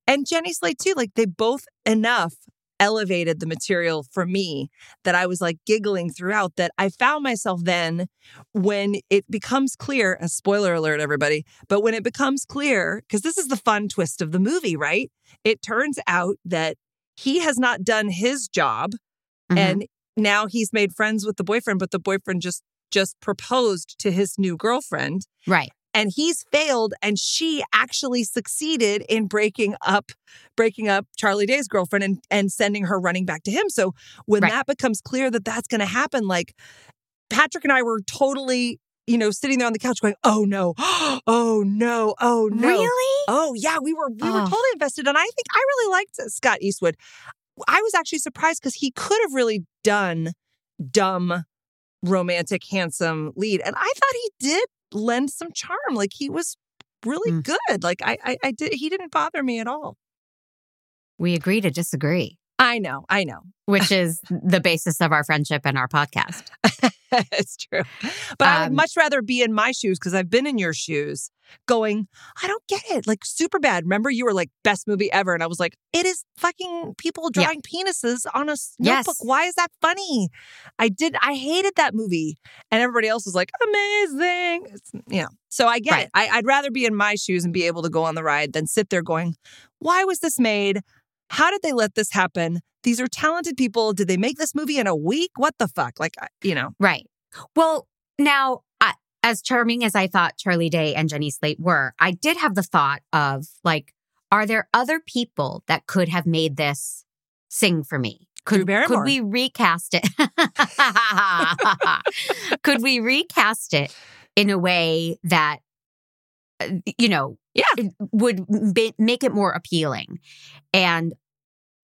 Speaker 2: and Jenny Slate too. Like they both enough elevated the material for me that I was like giggling throughout. That I found myself then when it becomes clear. A spoiler alert, everybody! But when it becomes clear, because this is the fun twist of the movie, right? It turns out that he has not done his job
Speaker 1: Mhm.
Speaker 2: and now he's made friends with the boyfriend but the boyfriend just just proposed to his new girlfriend
Speaker 1: right.
Speaker 2: and he's failed and she actually succeeded in breaking up breaking up Charlie Day's girlfriend and and sending her running back to him so when
Speaker 1: Right.
Speaker 2: that becomes clear that that's going to happen like Patrick and I were totally you know sitting there on the couch going oh no [gasps] oh no oh no
Speaker 1: Really?
Speaker 2: Oh yeah, we were we were
Speaker 1: Oh.
Speaker 2: totally invested, and I think I really liked uh, Scott Eastwood. I was actually surprised because he could have really done dumb, romantic, handsome lead, and I thought he did lend some charm. Like he was really
Speaker 1: Mm.
Speaker 2: good. Like I, I, I did. He didn't bother me at all.
Speaker 1: We agree to disagree,
Speaker 2: I know, I know, [laughs]
Speaker 1: which is the basis of our friendship and our podcast.
Speaker 2: [laughs] it's true. But I would
Speaker 1: Um,
Speaker 2: much rather be in my shoes because I've been in your shoes, going, I don't get it. Like super bad. Remember, you were like best movie ever, and I was like, it is fucking people
Speaker 1: Yeah.
Speaker 2: drawing penises on a s-
Speaker 1: Yes.
Speaker 2: notebook. Why is that funny? I did. I hated that movie, and everybody else was like, amazing. It's, yeah. So I get
Speaker 1: Right.
Speaker 2: it. I, I'd rather be in my shoes and be able to go on the ride than sit there going, why was this made? How did they let this happen? These are talented people. Did they make this movie in a week? What the fuck? Like, I- you know.
Speaker 1: Right. Well, now, I, as charming as I thought Charlie Day and Jenny Slate were, I did have the thought of like, are there other people that could have made this sing for me?
Speaker 2: Drew
Speaker 1: Could,
Speaker 2: Barrymore.
Speaker 1: could we recast it? [laughs] could we recast it in a way that, uh, you know,
Speaker 2: Yeah.
Speaker 1: it would ma- make it more appealing? And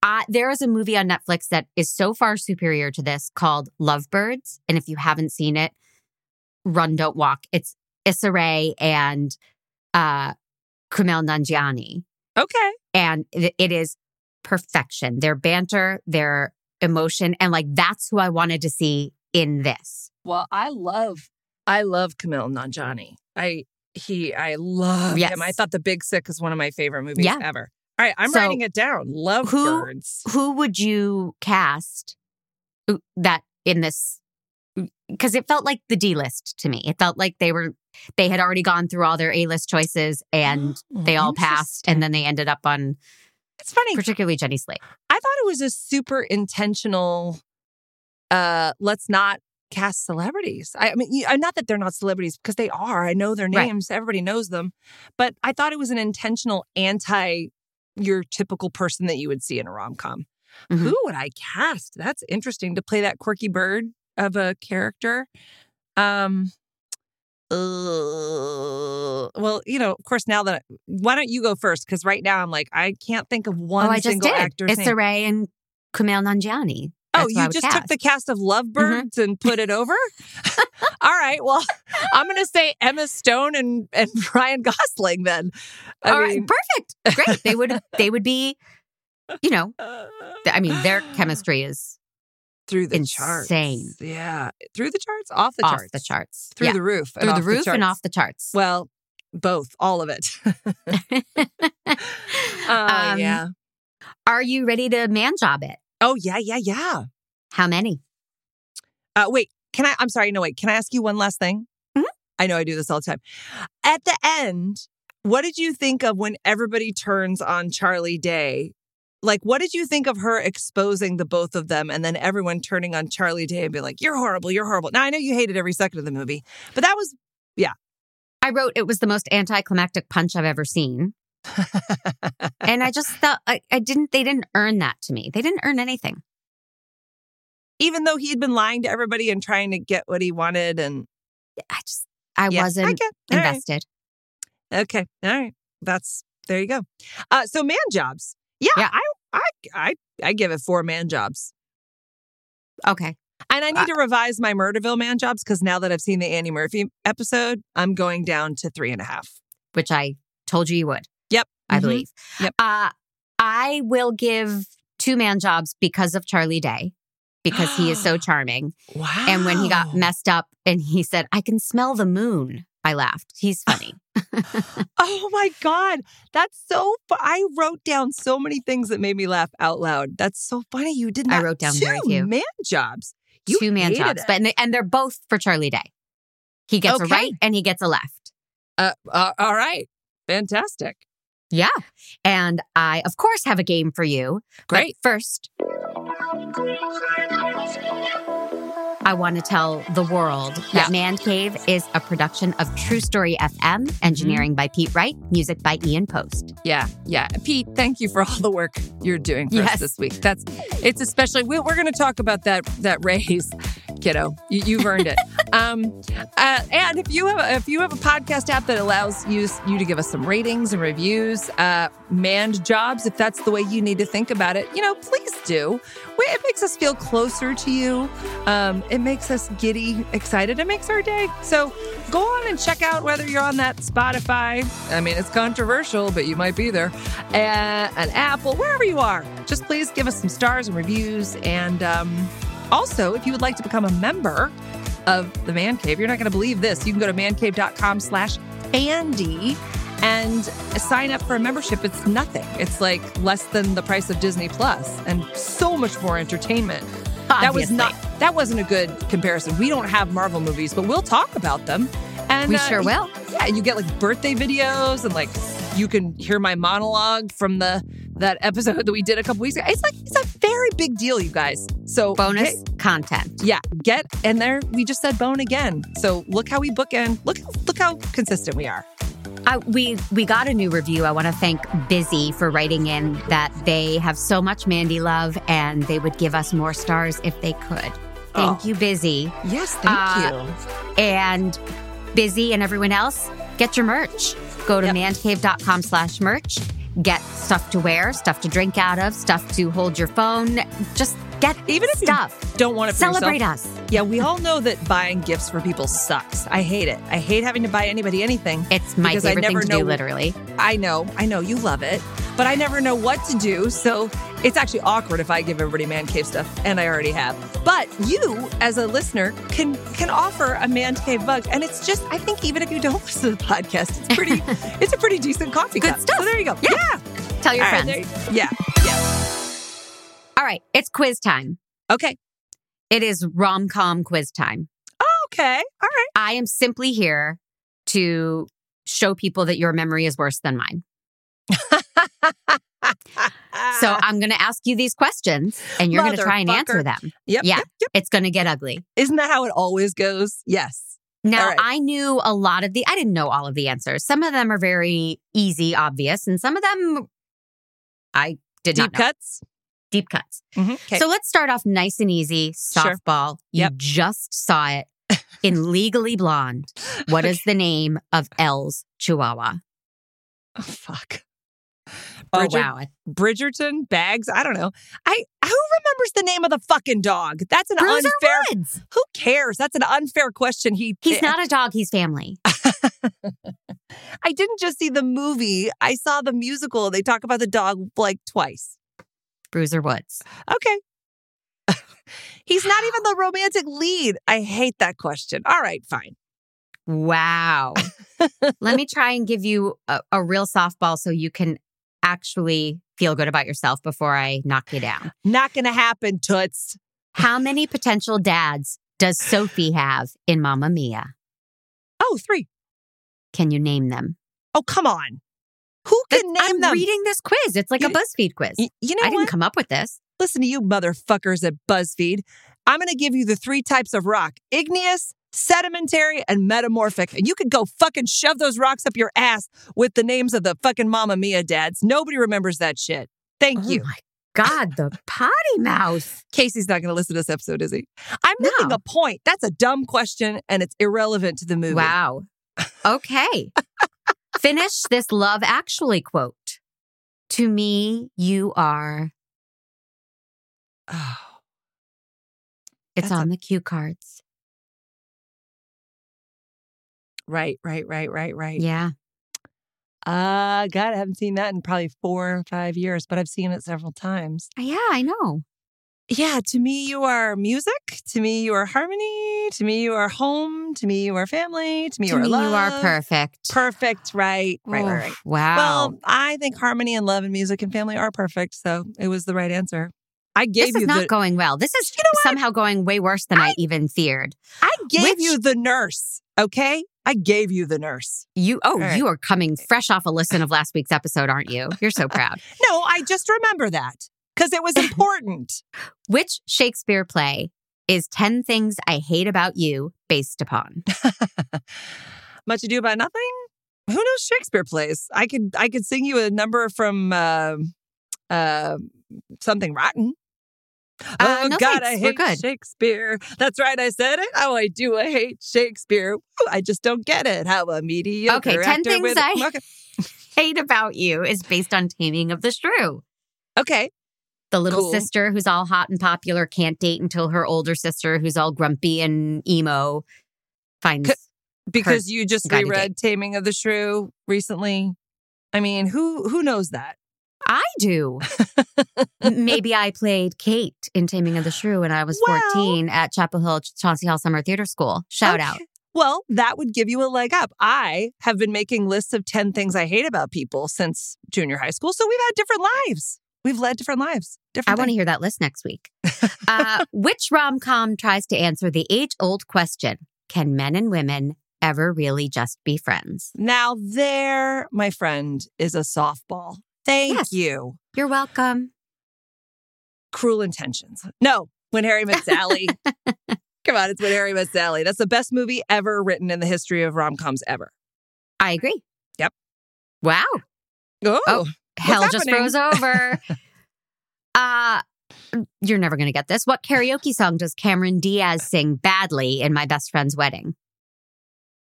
Speaker 1: I, there is a movie on Netflix that is so far superior to this called Lovebirds. And if you haven't seen it, Run Don't Walk. It's Issa Rae and uh, Kumail Nanjiani.
Speaker 2: Okay.
Speaker 1: And it, it is perfection. Their banter, their emotion. And like, that's who I wanted to see in this.
Speaker 2: Well, I love I love Camille Nanjani. I he I love
Speaker 1: Yes.
Speaker 2: him. I thought The Big Sick is one of my favorite movies
Speaker 1: Yeah.
Speaker 2: ever. All right, I'm
Speaker 1: So,
Speaker 2: writing it down. Love
Speaker 1: who-
Speaker 2: birds.
Speaker 1: Who would you cast that in this? Because it felt like the D list to me. It felt like they were, they had already gone through all their A list choices and
Speaker 2: Oh,
Speaker 1: they all passed and then they ended up on
Speaker 2: It's funny.
Speaker 1: particularly Jenny Slate.
Speaker 2: I thought it was a super intentional uh let's not cast celebrities. I, I mean you- not that they're not celebrities because they are. I know their
Speaker 1: Right.
Speaker 2: names. Everybody knows them. But I thought it was an intentional anti your typical person that you would see in a rom com.
Speaker 1: Mhm.
Speaker 2: Who would I cast? That's interesting to play that quirky bird of a character. Um, uh, well, you know, of course, now that why don't you go first? Because right now I'm like I can't think of one
Speaker 1: oh, I just
Speaker 2: single
Speaker 1: did.
Speaker 2: actor's
Speaker 1: Issa
Speaker 2: name.
Speaker 1: Rae and Kumail Nanjiani.
Speaker 2: Oh,
Speaker 1: That's who I
Speaker 2: you
Speaker 1: would
Speaker 2: just took
Speaker 1: cast. Mm-hmm.
Speaker 2: the cast of Lovebirds and put it
Speaker 1: [laughs]
Speaker 2: over? All right. Well, I'm going to say Emma Stone and, and [laughs] Ryan Gosling then. I
Speaker 1: All right,
Speaker 2: mean,
Speaker 1: perfect, great. They
Speaker 2: [laughs]
Speaker 1: would they would be, you know,
Speaker 2: uh,
Speaker 1: th- I mean,
Speaker 2: [gasps]
Speaker 1: their chemistry is
Speaker 2: [sighs] through the
Speaker 1: insane.
Speaker 2: charts. Yeah. Through the charts, off the
Speaker 1: off
Speaker 2: charts.
Speaker 1: the charts,
Speaker 2: Through
Speaker 1: Yeah,
Speaker 2: the roof. and
Speaker 1: through
Speaker 2: off
Speaker 1: the roof and
Speaker 2: charts.
Speaker 1: off the charts.
Speaker 2: Well, both, all of it. [laughs] Oh,
Speaker 1: Um,
Speaker 2: yeah.
Speaker 1: Are you ready to man job it?
Speaker 2: Oh, yeah, yeah, yeah.
Speaker 1: How many?
Speaker 2: Uh, wait, can I? I'm sorry. No, wait. Can I ask you one last thing?
Speaker 1: Mhm.
Speaker 2: I know I do this all the time. At the end, what did you think of when everybody turns on Charlie Day? Like, what did you think of her exposing the both of them and then everyone turning on Charlie Day and being like, you're horrible, you're horrible? Now, I know you hated every second of the movie, but that was,
Speaker 1: I wrote it was the most anticlimactic punch I've ever
Speaker 2: [laughs]
Speaker 1: seen, and I just thought I, I didn't. They didn't earn that to me. They didn't earn anything.
Speaker 2: even though he had been lying to everybody and trying to get what he wanted. And
Speaker 1: I just I
Speaker 2: Yeah,
Speaker 1: wasn't
Speaker 2: get- all right.
Speaker 1: invested.
Speaker 2: Okay. All right. That's there you go. Uh so man jobs. Yeah,
Speaker 1: Yeah.
Speaker 2: I I I I give it four man jobs.
Speaker 1: Okay,
Speaker 2: And I need to revise my Murderville man jobs because now that I've seen the Annie Murphy episode, I'm going down to three and a half.
Speaker 1: which I told you you would.
Speaker 2: Yep.
Speaker 1: I
Speaker 2: Mhm.
Speaker 1: believe.
Speaker 2: Yep.
Speaker 1: Uh, I will give two man jobs because of Charlie Day, because he
Speaker 2: [gasps]
Speaker 1: is so charming.
Speaker 2: Wow.
Speaker 1: And when he
Speaker 2: Oh.
Speaker 1: got messed up and he said, I can smell the moon, I laughed. He's funny.
Speaker 2: Oh my God. That's so fu- I wrote down so many things that made me laugh out loud. That's so funny. You did
Speaker 1: I
Speaker 2: not
Speaker 1: wrote down
Speaker 2: two
Speaker 1: very few.
Speaker 2: man jobs. You
Speaker 1: two man
Speaker 2: hated
Speaker 1: jobs.
Speaker 2: it.
Speaker 1: But and, they, and they're both for Charlie Day. He gets
Speaker 2: Okay.
Speaker 1: a right and he gets a left.
Speaker 2: uh, uh, all right. Fantastic.
Speaker 1: Yeah. And I, of course, have a game for you. But
Speaker 2: Great.
Speaker 1: first, I want to tell the world
Speaker 2: Yeah.
Speaker 1: that Man Cave is a production of True Story FM,
Speaker 2: Mm-hmm.
Speaker 1: engineering by Pete Wright, music by Ian Post.
Speaker 2: Yeah, yeah. Pete, thank you for all the work you're doing for us
Speaker 1: Yes.
Speaker 2: this week. That's it's especially we, we're going to talk about that that raise, kiddo. You, you've
Speaker 1: [laughs]
Speaker 2: earned it. um, uh, and if you have a, if you have a podcast app that allows you you to give us some ratings and reviews, uh, manned jobs, if that's the way you need to think about it, you know, please do. We, it makes us feel closer to you. Um, it makes us giddy, excited. It makes our day. So go on and check out whether you're on that Spotify. I mean, it's controversial, but you might be there. Uh, an Apple, wherever you are. Just please give us some stars and reviews. And um, also, if you would like to become a member of the Man Cave, you're not going to believe this. You can go to mancave.com slash Andy and sign up for a membership. It's nothing. It's like less than the price of Disney Plus and so much more entertainment. That was
Speaker 1: Obviously.
Speaker 2: not that wasn't a good comparison. We don't have Marvel movies, but we'll talk about them. And
Speaker 1: We
Speaker 2: uh,
Speaker 1: sure will.
Speaker 2: Yeah, you get like birthday videos and like you can hear my monologue from the that episode [laughs] that we did a couple weeks ago. It's like it's a very big deal, you guys. So
Speaker 1: Bonus
Speaker 2: get-
Speaker 1: content.
Speaker 2: yeah, get and there we just said bone again. So look how we bookend. Look look how consistent we are.
Speaker 1: I, we we got a new review. I want to thank Busy for writing in that they have so much Mandy love and they would give us more stars if they could. Thank
Speaker 2: Oh.
Speaker 1: you, Busy.
Speaker 2: Yes, thank
Speaker 1: Uh,
Speaker 2: you.
Speaker 1: and busy and everyone else get your merch go to
Speaker 2: Yep.
Speaker 1: mancave.com slash merch get stuff to wear stuff to drink out of stuff to hold your phone just get
Speaker 2: Even if you
Speaker 1: stuff
Speaker 2: Don't want to
Speaker 1: celebrate
Speaker 2: yourself.
Speaker 1: us
Speaker 2: Yeah, we all know that buying gifts for people sucks. I hate it. I hate having to buy anybody anything.
Speaker 1: it's my
Speaker 2: Because I
Speaker 1: favorite thing
Speaker 2: never
Speaker 1: to
Speaker 2: know-
Speaker 1: do literally
Speaker 2: I know, I know you love it, but I never know what to do. So it's actually awkward if I give everybody man cave stuff, and I already have. But you, as a listener, can can offer a man cave mug, and it's just I think even if you don't [laughs] listen to the podcast,
Speaker 1: [laughs]
Speaker 2: it's pretty, it's a pretty decent coffee
Speaker 1: Good
Speaker 2: cup.
Speaker 1: stuff.
Speaker 2: So there you go.
Speaker 1: Yeah. tell your
Speaker 2: All right,
Speaker 1: friends
Speaker 2: there you- yeah.
Speaker 1: all right it's quiz time
Speaker 2: Okay.
Speaker 1: it is rom-com quiz time
Speaker 2: Okay. All right.
Speaker 1: i am simply here to show people that your memory is worse than mine so i'm going to ask you these questions and you're going to try and answer
Speaker 2: Ah. Motherfucker.
Speaker 1: them
Speaker 2: yep.
Speaker 1: yeah
Speaker 2: Yep, yep.
Speaker 1: it's going to get ugly
Speaker 2: Isn't that how it always goes? Yes.
Speaker 1: Now,
Speaker 2: All right.
Speaker 1: I knew a lot of the, I didn't know all of the answers. Some of them are very easy, obvious, and some of them I did
Speaker 2: Deep
Speaker 1: not know.
Speaker 2: cuts.
Speaker 1: Deep cuts.
Speaker 2: Mhm. 'Kay.
Speaker 1: So let's start off nice and easy.
Speaker 2: Sure.
Speaker 1: Softball.
Speaker 2: Yep.
Speaker 1: You just saw it
Speaker 2: [laughs]
Speaker 1: in Legally Blonde. What is the name of Elle's Chihuahua?
Speaker 2: Oh, fuck.
Speaker 1: Oh
Speaker 2: Bridger-
Speaker 1: wow,
Speaker 2: Bridgerton, Bags, I don't know. I who remembers the name of the fucking dog? That's an
Speaker 1: Bruiser
Speaker 2: unfair
Speaker 1: Woods.
Speaker 2: Who cares? That's an unfair question. He
Speaker 1: He's not a dog. He's family.
Speaker 2: I didn't just see the movie. I saw the musical. They talk about the dog like twice.
Speaker 1: Bruiser Woods.
Speaker 2: Okay. [laughs] He's not even the romantic lead. I hate that question. All right, fine.
Speaker 1: Wow. Let
Speaker 2: [laughs]
Speaker 1: me try and give you a, a real softball so you can actually feel good about yourself before I knock you down.
Speaker 2: Not gonna happen, Toots.
Speaker 1: How
Speaker 2: [laughs]
Speaker 1: many potential dads does Sophie have in Mamma Mia?
Speaker 2: Oh, three.
Speaker 1: Can you name them?
Speaker 2: Oh, come on. Who can name
Speaker 1: I'm
Speaker 2: them?
Speaker 1: reading this quiz. It's like a
Speaker 2: You-
Speaker 1: BuzzFeed quiz.
Speaker 2: Y- you know
Speaker 1: I didn't
Speaker 2: what?
Speaker 1: come up with this.
Speaker 2: Listen to you motherfuckers at BuzzFeed. I'm going to give you the three types of rock igneous, sedimentary, and metamorphic. And you could go fucking shove those rocks up your ass with the names of the fucking Mamma Mia dads. Nobody remembers that shit. Thank
Speaker 1: Oh
Speaker 2: you.
Speaker 1: my God, the potty mouth.
Speaker 2: Casey's not going to listen to this episode, is he? I'm
Speaker 1: No.
Speaker 2: missing a point. That's a dumb question and it's irrelevant to the movie.
Speaker 1: Wow. Okay. Finish this love actually quote. To me, you are.
Speaker 2: Oh,
Speaker 1: It's
Speaker 2: That's a-
Speaker 1: on the cue cards.
Speaker 2: [sighs] right, right, right, right, right.
Speaker 1: Yeah.
Speaker 2: Uh, God, I haven't seen that in probably four or five years, but I've seen it several times.
Speaker 1: Uh, Yeah, I know.
Speaker 2: Yeah, to me, you are music. To me, you are harmony. To me, you are home. To me, you are family. To me,
Speaker 1: To
Speaker 2: you are
Speaker 1: me,
Speaker 2: love.
Speaker 1: you are perfect.
Speaker 2: Perfect, right, right, right, right.
Speaker 1: Oh, Wow.
Speaker 2: Well, I think harmony and love and music and family are perfect, so it was the right answer. I gave
Speaker 1: this
Speaker 2: you
Speaker 1: is not
Speaker 2: the
Speaker 1: going well. This is
Speaker 2: You know what?
Speaker 1: somehow going way worse than I, even feared.
Speaker 2: I gave
Speaker 1: Which-
Speaker 2: you the nurse. Okay, I gave you the nurse.
Speaker 1: You oh,
Speaker 2: All right.
Speaker 1: you are coming fresh off a listen of last week's episode, aren't you? You're so proud.
Speaker 2: No, I just remember that
Speaker 1: [laughs]
Speaker 2: because it was important.
Speaker 1: Which Shakespeare play is 10 things I hate about you based upon? [laughs]
Speaker 2: Much ado about nothing. Who knows Shakespeare plays? I could I could sing you a number from uh, uh, something rotten.
Speaker 1: Uh,
Speaker 2: oh
Speaker 1: no
Speaker 2: God, I
Speaker 1: thanks.
Speaker 2: hate
Speaker 1: We're good.
Speaker 2: Shakespeare. That's right, I said it. Oh, I do. I hate Shakespeare. Woo, I just don't get it. How a mediocre
Speaker 1: Okay, 10
Speaker 2: actor
Speaker 1: things
Speaker 2: with-
Speaker 1: I-
Speaker 2: okay.
Speaker 1: hate about you is based on Taming of the Shrew.
Speaker 2: okay,
Speaker 1: The little
Speaker 2: Cool.
Speaker 1: sister who's all hot and popular can't date until her older sister, who's all grumpy and emo, finds.
Speaker 2: C- because you just
Speaker 1: gotta get-
Speaker 2: reread Taming of the Shrew recently. I mean, who who knows that?
Speaker 1: I do.
Speaker 2: [laughs]
Speaker 1: Maybe I played Kate in Taming of the Shrew when I was
Speaker 2: Well-
Speaker 1: 14 at Chapel Hill Chauncey Hall Summer Theater School. Shout
Speaker 2: Okay.
Speaker 1: out.
Speaker 2: Well, that would give you a leg up. I have been making lists of 10 things I hate about people since junior high school. So we've had different lives. We've led different lives.
Speaker 1: I
Speaker 2: Different
Speaker 1: want to
Speaker 2: things.
Speaker 1: hear that list next
Speaker 2: [laughs]
Speaker 1: week. Uh, which rom com tries to answer the age old question Can men and women ever really just be friends?
Speaker 2: Now, there, my friend, is a softball. Thank
Speaker 1: Yes.
Speaker 2: you.
Speaker 1: You're welcome.
Speaker 2: Cruel Intentions. No, When Harry Met
Speaker 1: [laughs]
Speaker 2: Sally. Come on, it's When Harry Met Sally. That's the best movie ever written in the history of rom coms ever.
Speaker 1: I agree.
Speaker 2: Yep.
Speaker 1: Wow.
Speaker 2: Oh,
Speaker 1: Hell
Speaker 2: What's
Speaker 1: just
Speaker 2: happening?
Speaker 1: froze
Speaker 2: [laughs]
Speaker 1: over. uh you're never going to get this. What karaoke song does Cameron Diaz sing badly in My Best Friend's Wedding?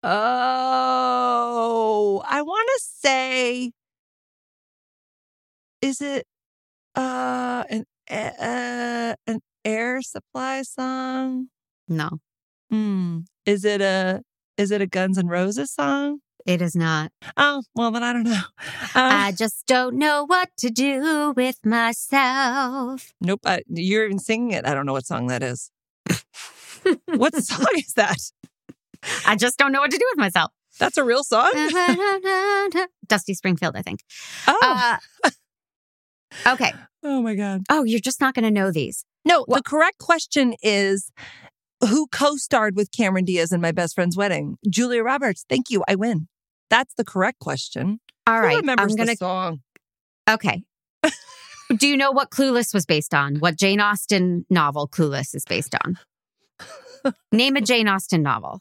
Speaker 2: Oh, I want to say, is it uh an uh, an air supply song?
Speaker 1: No,
Speaker 2: Hmm. Is it a is it a Guns N' Roses song?
Speaker 1: it is not.
Speaker 2: Oh, well then I don't know. [laughs] Uh,
Speaker 1: I just don't know what to do with myself.
Speaker 2: nope, I, you're even singing it. I don't know what song that is. what song is that?
Speaker 1: I just don't know what to do with
Speaker 2: [laughs]
Speaker 1: myself. [laughs]
Speaker 2: That's a real song.
Speaker 1: Uh, Dusty Springfield, I think.
Speaker 2: Oh,
Speaker 1: Uh, okay.
Speaker 2: oh my god.
Speaker 1: Oh, you're just not going to know these.
Speaker 2: No,
Speaker 1: Well-
Speaker 2: the correct question is who co-starred with Cameron Diaz in My Best Friend's Wedding? Julia Roberts. Thank you. I win. That's the correct question.
Speaker 1: All right.
Speaker 2: Who remembers
Speaker 1: I'm going
Speaker 2: the
Speaker 1: to
Speaker 2: song? [laughs]
Speaker 1: Okay. Do you know what Clueless was based on? What Jane Austen novel Clueless is based on?
Speaker 2: [laughs]
Speaker 1: Name a Jane Austen novel.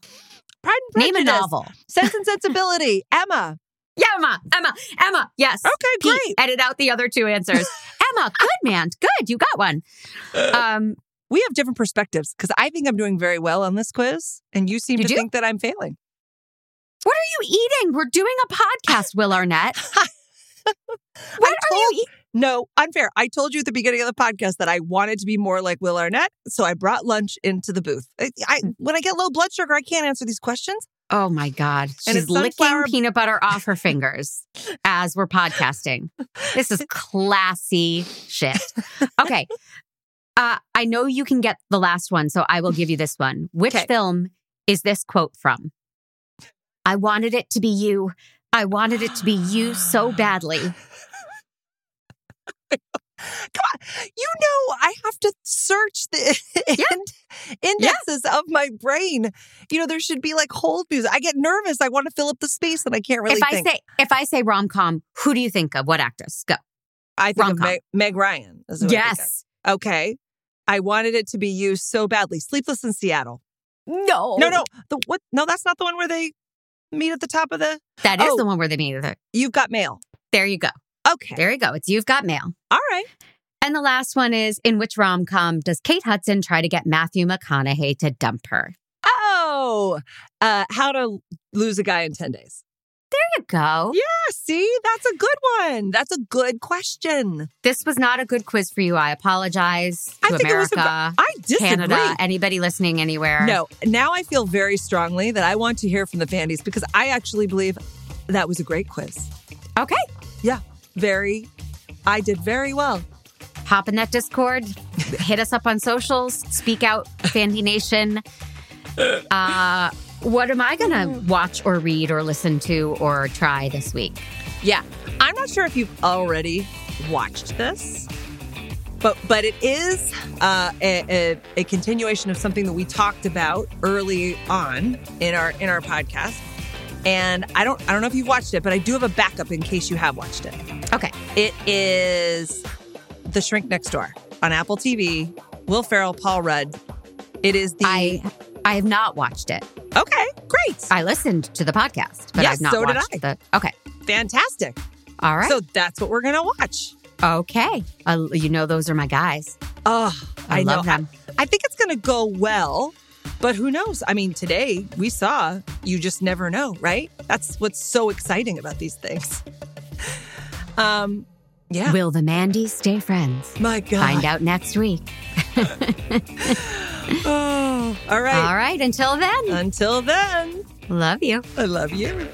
Speaker 2: Pride and Prejudice.
Speaker 1: Name a novel. [laughs]
Speaker 2: Sense and Sensibility. Emma.
Speaker 1: Yeah, Emma, Emma, Emma. Yes.
Speaker 2: Okay,
Speaker 1: Pete,
Speaker 2: great.
Speaker 1: Edit out the other two
Speaker 2: [laughs]
Speaker 1: answers. Emma, good man, good. You got one.
Speaker 2: Uh.
Speaker 1: Um,
Speaker 2: We have different perspectives because I think I'm doing very well on this quiz, and you seem
Speaker 1: You
Speaker 2: to
Speaker 1: do?
Speaker 2: think that I'm failing.
Speaker 1: what are you eating? We're doing a podcast, Will Arnett. What
Speaker 2: I
Speaker 1: are
Speaker 2: told,
Speaker 1: you? e eat-
Speaker 2: No, unfair. I told you at the beginning of the podcast that I wanted to be more like Will Arnett, so I brought lunch into the booth. I, I
Speaker 1: Mm.
Speaker 2: when I get low blood sugar, I can't answer these questions.
Speaker 1: Oh my God,
Speaker 2: And
Speaker 1: she's
Speaker 2: it's
Speaker 1: licking
Speaker 2: sunflower-
Speaker 1: peanut butter off her fingers as we're podcasting. This is classy shit. Okay. Uh, I know you can get the last one, so I will give you this one. Which
Speaker 2: Okay.
Speaker 1: film is this quote from? I wanted it to be you. I wanted it to be you so badly.
Speaker 2: Come on, you know I have to search the [laughs] ind- indexes of my brain. You know there should be like hold music. I get nervous. I want to fill up the space, and I can't really.
Speaker 1: if I
Speaker 2: think.
Speaker 1: say if I say rom com, who do you think of? What actress? Go.
Speaker 2: I think of
Speaker 1: rom-com.
Speaker 2: Meg, Meg Ryan. Is who I think of.
Speaker 1: Yes.
Speaker 2: Okay. I wanted it to be used so badly. Sleepless in Seattle.
Speaker 1: No.
Speaker 2: No, no. The what no, that's not the one where they meet at the top of the
Speaker 1: That is
Speaker 2: Oh.
Speaker 1: the one where they meet. There-
Speaker 2: You've got mail.
Speaker 1: There you go.
Speaker 2: Okay.
Speaker 1: There you go. It's you've got mail.
Speaker 2: All right.
Speaker 1: And the last one is in which rom com does Kate Hudson try to get Matthew McConaughey to dump her?
Speaker 2: Oh. Uh how to lose a guy in 10 days.
Speaker 1: There you go.
Speaker 2: Yeah, see? That's a good one. That's a good question.
Speaker 1: This was not a good quiz for you. I apologize to
Speaker 2: I think it was a
Speaker 1: America,
Speaker 2: gr- I disagree.
Speaker 1: Canada, anybody listening anywhere.
Speaker 2: No, now I feel very strongly that I want to hear from the Fandies because I actually believe that was a great quiz.
Speaker 1: Okay.
Speaker 2: Yeah. Very I did very well.
Speaker 1: Hop in that Discord. hit us up on socials. Speak out, Fandy
Speaker 2: [laughs]
Speaker 1: Nation. Uh, what am I going to watch or read or listen to or try this week?
Speaker 2: Yeah. I'm not sure if you've already watched this, but but it is uh, a, a, a continuation of something that we talked about early on in our in our podcast. And I don't I don't know if you've watched it, but I do have a backup in case you have watched it.
Speaker 1: Okay.
Speaker 2: It is The Shrink Next Door on Apple TV. Will Ferrell, Paul Rudd. It is the
Speaker 1: I I have not watched it.
Speaker 2: okay, great,
Speaker 1: I listened to the podcast, but
Speaker 2: Yes,
Speaker 1: I've not
Speaker 2: so did
Speaker 1: watched
Speaker 2: I.
Speaker 1: the. Okay.
Speaker 2: fantastic.
Speaker 1: All right.
Speaker 2: So that's what we're gonna watch.
Speaker 1: okay. Uh, you know, those are my guys.
Speaker 2: Oh,
Speaker 1: I,
Speaker 2: know.
Speaker 1: love them.
Speaker 2: I think it's going to go well, but who knows? I mean, today we saw you just never know, right? That's what's so exciting about these things. Um, yeah.
Speaker 1: Will the Mandy stay friends?
Speaker 2: My God.
Speaker 1: Find out next week.
Speaker 2: Oh, all right.
Speaker 1: All right. Until then,
Speaker 2: Until then,
Speaker 1: love you.
Speaker 2: I love you.